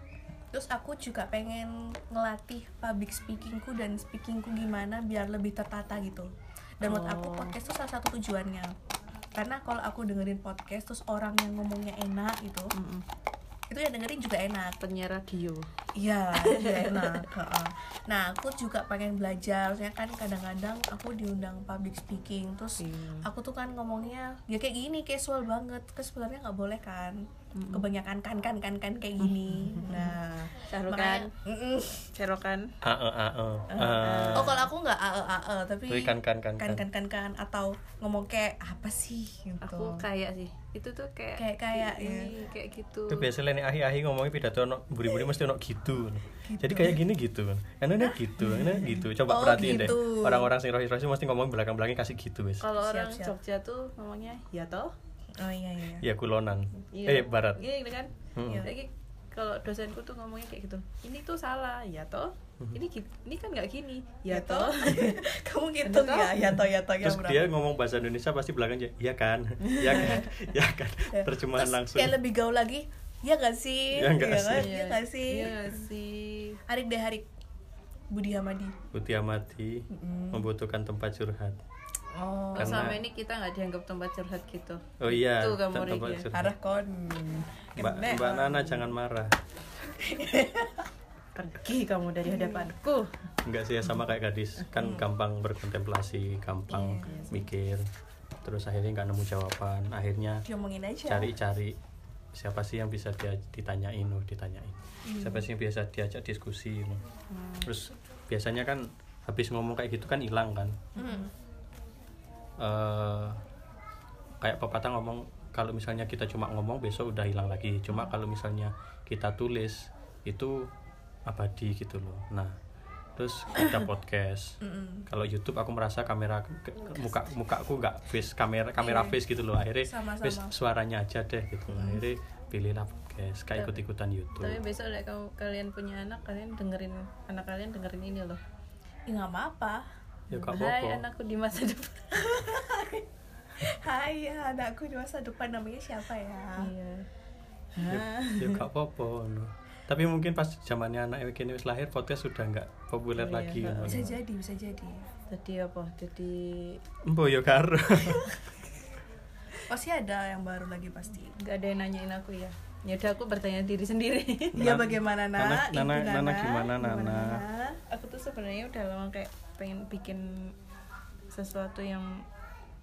Speaker 1: terus aku juga pengen ngelatih public speakingku dan speakingku gimana biar lebih tertata gitu dan menurut aku
Speaker 3: Oh.
Speaker 1: podcast itu salah satu tujuannya karena kalau aku dengerin podcast terus orang yang ngomongnya enak gitu
Speaker 3: Mm-mm.
Speaker 1: itu yang dengerin juga enak
Speaker 3: penyiar radio
Speaker 1: Iya, iya enak. heeh. Nah, aku juga pengen belajar. Soalnya kan kadang-kadang aku diundang public speaking, terus
Speaker 3: Iya.
Speaker 1: aku tuh kan ngomongnya ya kayak gini casual banget. Kan sebenarnya nggak boleh kan.
Speaker 3: Mm-mm.
Speaker 1: Kebanyakan kan kan kan kan kayak gini. Nah,
Speaker 3: Sarukan.
Speaker 1: makanya- Mm-mm.
Speaker 3: cerokan
Speaker 2: ae
Speaker 1: Ah,
Speaker 2: ae Ah.
Speaker 1: Oh, kalau aku nggak ae ae, tapi
Speaker 2: Tapi kan, kan,
Speaker 1: kan
Speaker 2: kan, kan.
Speaker 1: kan kan kan atau ngomong kayak apa sih gitu.
Speaker 3: aku kayak sih itu tuh kayak
Speaker 1: Kayak- kayak, ya.
Speaker 3: ini, kayak gitu
Speaker 2: itu biasanya nih ahi-ahi ngomongin pidato ono buri-buri mesti ono gitu. Jadi kayak gini gitu. Kan ini gitu, ini gitu.
Speaker 1: Oh,
Speaker 2: Coba perhatiin deh.
Speaker 1: gitu.
Speaker 2: Orang-orang sing rohis-rohis mesti ngomong belakang-belakangnya kasih gitu wis.
Speaker 3: kalau
Speaker 1: Siap,
Speaker 3: orang
Speaker 1: siap.
Speaker 3: Jogja tuh ngomongnya ya toh
Speaker 1: Oh iya iya.
Speaker 2: Ya kulonan.
Speaker 3: Iya.
Speaker 2: Eh barat.
Speaker 3: Iya gitu kan.
Speaker 2: Hmm.
Speaker 1: Iya.
Speaker 3: Lagi kalau dosenku tuh ngomongnya kayak gitu. Ini tuh salah, ya toh.
Speaker 2: Mhm.
Speaker 3: Ini gi- ini kan nggak gini, ya toh.
Speaker 1: Gitu. Kamu gitu ya, ya toh ya toh ya
Speaker 2: Terus
Speaker 1: berapa?
Speaker 2: dia ngomong bahasa Indonesia pasti belakangnya iya kan? Iya kan? Iya kan?
Speaker 1: Ya.
Speaker 2: Terjemahan
Speaker 1: Terus
Speaker 2: langsung.
Speaker 1: kayak lebih gaul lagi ya gak sih
Speaker 2: Ya nggak
Speaker 1: Iya kan?
Speaker 2: sih?
Speaker 1: ya gak sih
Speaker 3: Iya Oh, nggak sih.
Speaker 1: Harik deh Harik Budi Hamadi
Speaker 2: Putih amati membutuhkan tempat curhat.
Speaker 1: oh
Speaker 3: Kalau
Speaker 2: Karena-
Speaker 3: sama ini kita nggak dianggap tempat curhat gitu.
Speaker 2: Oh iya,
Speaker 3: Tuh kamu
Speaker 2: tempat
Speaker 3: Riki. ya.
Speaker 2: curhat.
Speaker 1: arah kon
Speaker 2: Mbak,
Speaker 1: Kena.
Speaker 2: Mbak Nana jangan marah.
Speaker 3: Pergi kamu dari hadapanku.
Speaker 2: Enggak sih ya sama kayak gadis, kan gampang berkontemplasi,
Speaker 1: Iya,
Speaker 2: gampang mikir. Terus akhirnya nggak nemu jawaban. Akhirnya
Speaker 1: diomongin aja
Speaker 2: cari-cari siapa sih yang bisa dia ditanyain, oh, ditanyain.
Speaker 1: Hmm.
Speaker 2: Siapa sih yang biasa diajak diskusi. oh.
Speaker 1: Hmm.
Speaker 2: Terus biasanya kan habis ngomong kayak gitu kan hilang kan. eh, kayak pepatah ngomong kalau misalnya kita cuma ngomong besok udah hilang lagi cuma
Speaker 1: Hmm.
Speaker 2: kalau misalnya kita tulis itu abadi gitu loh nah terus ada podcast
Speaker 1: Hmm.
Speaker 2: kalau YouTube aku merasa kamera ke- ke- muka mukaku nggak face kamera
Speaker 1: Iya.
Speaker 2: kamera face gitu loh akhirnya
Speaker 1: Sama-sama.
Speaker 2: face suaranya aja deh gitu akhirnya pilihlah podcast kayak ikut ikutan YouTube
Speaker 3: Tapi besok deh kalau kalian punya anak, kalian dengerin anak kalian dengerin ini loh.
Speaker 1: Ya nggak apa-apa.
Speaker 2: ya nggak
Speaker 3: Hai
Speaker 2: apa-apa
Speaker 3: anakku di masa depan.
Speaker 1: Hai, anakku di masa depan namanya siapa ya?
Speaker 3: Iya.
Speaker 2: Ya- ya nggak apa-apa no. tapi mungkin pas zamannya anak kini wis lahir podcast sudah nggak populer
Speaker 3: Oh, iya,
Speaker 2: lagi
Speaker 3: heeh.
Speaker 2: no.
Speaker 1: Bisa jadi, bisa jadi.
Speaker 3: Jadi apa? Jadi
Speaker 2: Embo ya karo.
Speaker 1: Pasti ada yang baru lagi pasti.
Speaker 3: nggak ada yang nanyain aku ya. Ya udah aku bertanya diri sendiri.
Speaker 1: Ya bagaimana nak?
Speaker 2: Nana-
Speaker 1: Ibu
Speaker 2: Nana- Nana gimana, Nana?
Speaker 1: Nana?
Speaker 3: aku tuh sebenarnya udah lama kayak pengen bikin sesuatu yang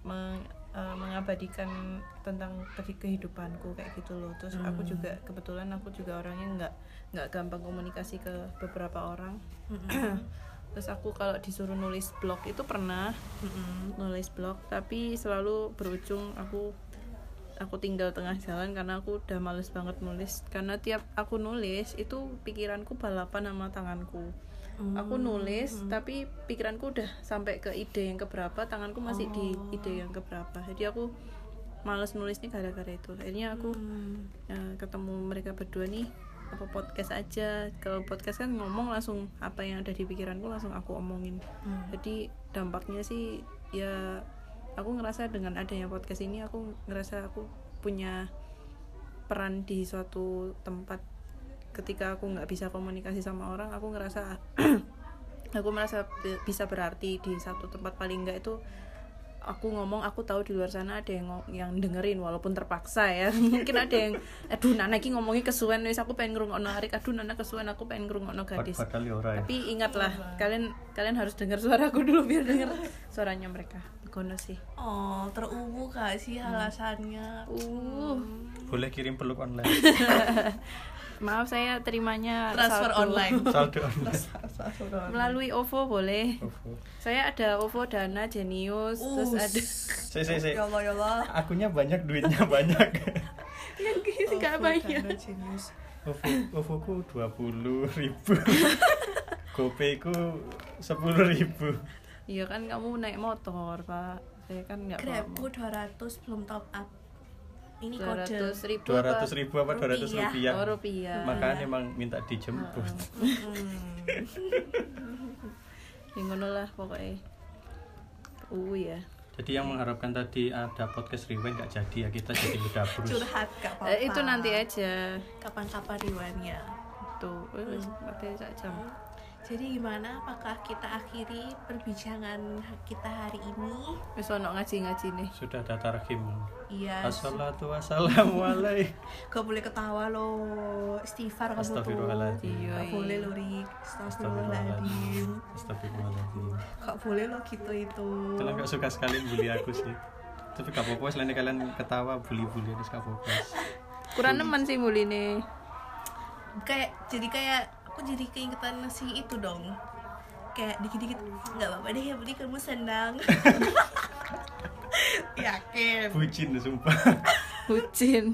Speaker 3: meng- eh, mengabadikan tentang tadi kehidupanku kayak gitu loh terus aku juga kebetulan aku juga orangnya nggak nggak gampang komunikasi ke beberapa orang terus aku kalau disuruh nulis blog itu pernah nulis blog tapi selalu berujung aku aku tinggal tengah jalan karena aku udah males banget nulis karena tiap aku nulis itu pikiranku balapan sama tanganku aku nulis tapi pikiranku udah sampai ke ide yang keberapa tanganku masih di ide yang keberapa jadi aku males nulisnya gara-gara itu akhirnya aku eh, ketemu mereka berdua nih apa podcast aja kalau podcast kan ngomong langsung apa yang ada di pikiranku langsung aku omongin
Speaker 1: Mm. Hmm.
Speaker 3: jadi dampaknya sih ya aku ngerasa dengan adanya podcast ini aku ngerasa aku punya peran di suatu tempat ketika aku nggak bisa komunikasi sama orang aku ngerasa aku merasa bi- bisa berarti di satu tempat paling nggak itu aku ngomong aku tahu di luar sana ada yang ngo- yang dengerin walaupun terpaksa ya mungkin ada yang aduh nana iki ngomongnya kesuwen wis aku pengen ngrungokno arik aduh nana kesuwen aku pengen ngrungokno gadis
Speaker 2: Padahal ya ora ya.
Speaker 3: tapi ingatlah kalian kalian harus dengar suaraku dulu biar dengar suaranya mereka kono sih
Speaker 1: Oh, terungu kak sih alasannya.
Speaker 3: uh
Speaker 2: Boleh kirim peluk online.
Speaker 3: maaf saya terimanya
Speaker 1: Transfer
Speaker 3: saldo.
Speaker 1: online.
Speaker 2: Saldo online.
Speaker 1: Transfer online.
Speaker 3: melalui OVO boleh
Speaker 2: Ovo.
Speaker 3: saya ada OVO Dana Genius terus
Speaker 1: Us.
Speaker 3: ada
Speaker 2: Si si si.
Speaker 1: Ya Allah ya Allah.
Speaker 2: Akunya banyak duitnya banyak.
Speaker 3: yang gini nggak
Speaker 1: Oh,
Speaker 3: banyak
Speaker 1: Fernando Genius.
Speaker 2: Ovo Ovoku 20 ribu. Gopayku 10 ribu.
Speaker 3: iya kan kamu naik motor pak saya kan nggak
Speaker 1: Grabku 200 belum top up. Ini
Speaker 3: dua
Speaker 1: kode.
Speaker 3: ratus ribu
Speaker 2: 200 ribu apa 200
Speaker 1: Rupiah. Hmm.
Speaker 2: rupiah.
Speaker 3: oh, rupiah
Speaker 2: Makanya emang minta dijemput.
Speaker 1: Mm.
Speaker 3: Ya, ngono lah pokoknya uh ya
Speaker 2: Jadi yang mengharapkan tadi ada podcast rewind nggak jadi ya kita jadi beda brus.
Speaker 1: Curhat gak apa-apa.
Speaker 3: Eh, itu nanti aja
Speaker 1: Kapan-kapan ya. riwannya.
Speaker 3: tuh wes pakai sak jam
Speaker 1: Jadi gimana? Apakah kita akhiri perbincangan kita hari ini?
Speaker 3: wes ono ngaji-ngaji nih
Speaker 2: Sudah ada tarhim.
Speaker 1: Iya.
Speaker 2: Assalatu wassalamualaikum.
Speaker 1: Gak boleh ketawa loh. Istighfar kamu tuh.
Speaker 2: Astagfirullahaladzim.
Speaker 3: Iya.
Speaker 1: Gak boleh loh, Rik. Astagfirullahaladzim.
Speaker 2: Astagfirullahaladzim. Astagfirullahaladzim.
Speaker 1: Gak boleh loh gitu itu.
Speaker 2: Kalian gak suka sekali bully aku sih. Tapi gak apa-apa, selain kalian ketawa bully-bully ini gak apa-apa. Hmm.
Speaker 3: kurang nemen sih muline
Speaker 1: Kayak jadi kayak aku jadi keingetan si itu dong. Kayak dikit-dikit nggak apa-apa deh yang penting kamu senang. Yakin.
Speaker 2: Bucin sumpah.
Speaker 3: bucin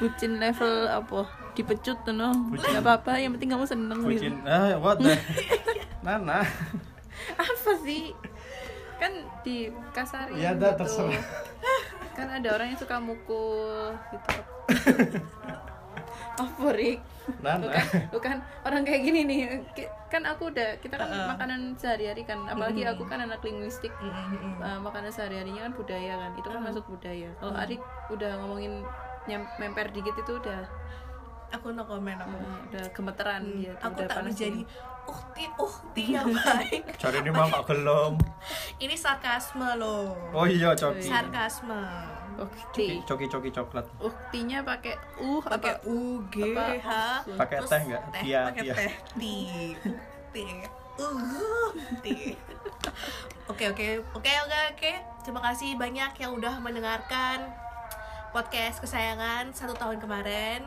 Speaker 3: bucin level apa dipecut tuh no
Speaker 2: Bucin.
Speaker 3: nggak apa-apa yang penting kamu seneng gitu.
Speaker 2: Bucin. Ah, what the? Nana.
Speaker 3: apa sih kan di kasarin
Speaker 2: Ya udah terserah.
Speaker 3: kan ada orang yang suka mukul gitu apa Rik? Lu
Speaker 2: Nana.
Speaker 3: kan, lu kan orang kayak gini nih Ki- kan aku udah kita kan makanan sehari-hari kan apalagi aku kan anak linguistik Eh, makanan sehari-harinya kan budaya kan itu kan masuk budaya kalau Arik udah ngomongin nyem- memper dikit itu udah
Speaker 1: Aku no komen aku.
Speaker 3: eh, udah gemeteran dia
Speaker 1: Mm,
Speaker 3: tuh,
Speaker 1: Aku
Speaker 3: udah
Speaker 1: tak
Speaker 3: panas
Speaker 1: menjadi
Speaker 3: dingin.
Speaker 1: ukti ukti yang baik.
Speaker 2: Cari ini mah gak gelom.
Speaker 1: Ini sarkasme loh.
Speaker 2: Oh iya, coki.
Speaker 1: Sarkasme.
Speaker 3: ukti
Speaker 2: Coki-coki coklat.
Speaker 3: uktinya pakai uh
Speaker 1: Pakai
Speaker 3: apa
Speaker 1: U G H.
Speaker 2: Pakai
Speaker 1: Terus
Speaker 2: teh nggak? Iya, Tia,
Speaker 1: pakai
Speaker 2: tia.
Speaker 1: teh. Di. Ukti. Ukti. Oke oke oke oke oke. Terima kasih banyak yang udah mendengarkan podcast kesayangan satu tahun kemarin.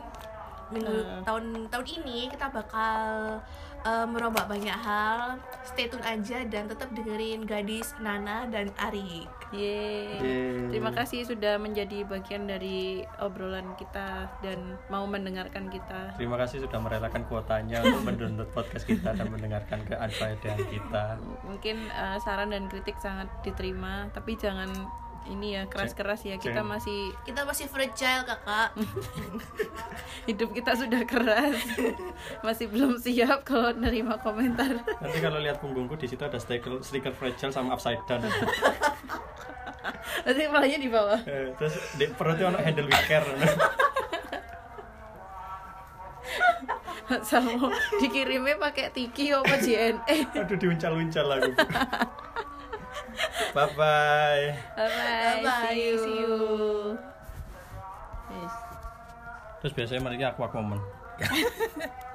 Speaker 1: minggu tahun tahun ini kita bakal eh, merobak banyak hal. Stay tune aja dan tetap dengerin gadis Nana dan Arik.
Speaker 3: Yeay.
Speaker 2: Yeay.
Speaker 3: Terima kasih sudah menjadi bagian dari obrolan kita dan mau mendengarkan kita.
Speaker 2: Terima kasih sudah merelakan kuotanya untuk mendownload podcast kita dan mendengarkan keadaan kita.
Speaker 3: Mungkin eh, saran dan kritik sangat diterima, tapi jangan ini ya keras-keras ya. Kita
Speaker 2: Jangan.
Speaker 3: masih
Speaker 1: Kita masih fragile kakak.
Speaker 3: hidup kita sudah keras. masih belum siap kalau nerima komentar.
Speaker 2: Nanti kalau lihat punggungku di situ ada stiker stiker fragile sama upside down.
Speaker 3: Nanti malahnya di bawah.
Speaker 2: Eh, Terus di perutnya ono handle wicker.
Speaker 3: Sama dikirimnya pakai tiki apa E. JNE.
Speaker 2: Aduh diuncal-uncal aku. Bye bye.
Speaker 3: Bye
Speaker 1: Bye-bye,
Speaker 3: bye. See
Speaker 1: see
Speaker 3: you.
Speaker 1: you.
Speaker 3: Yes.
Speaker 2: Terus biasanya mereka aku aku momen.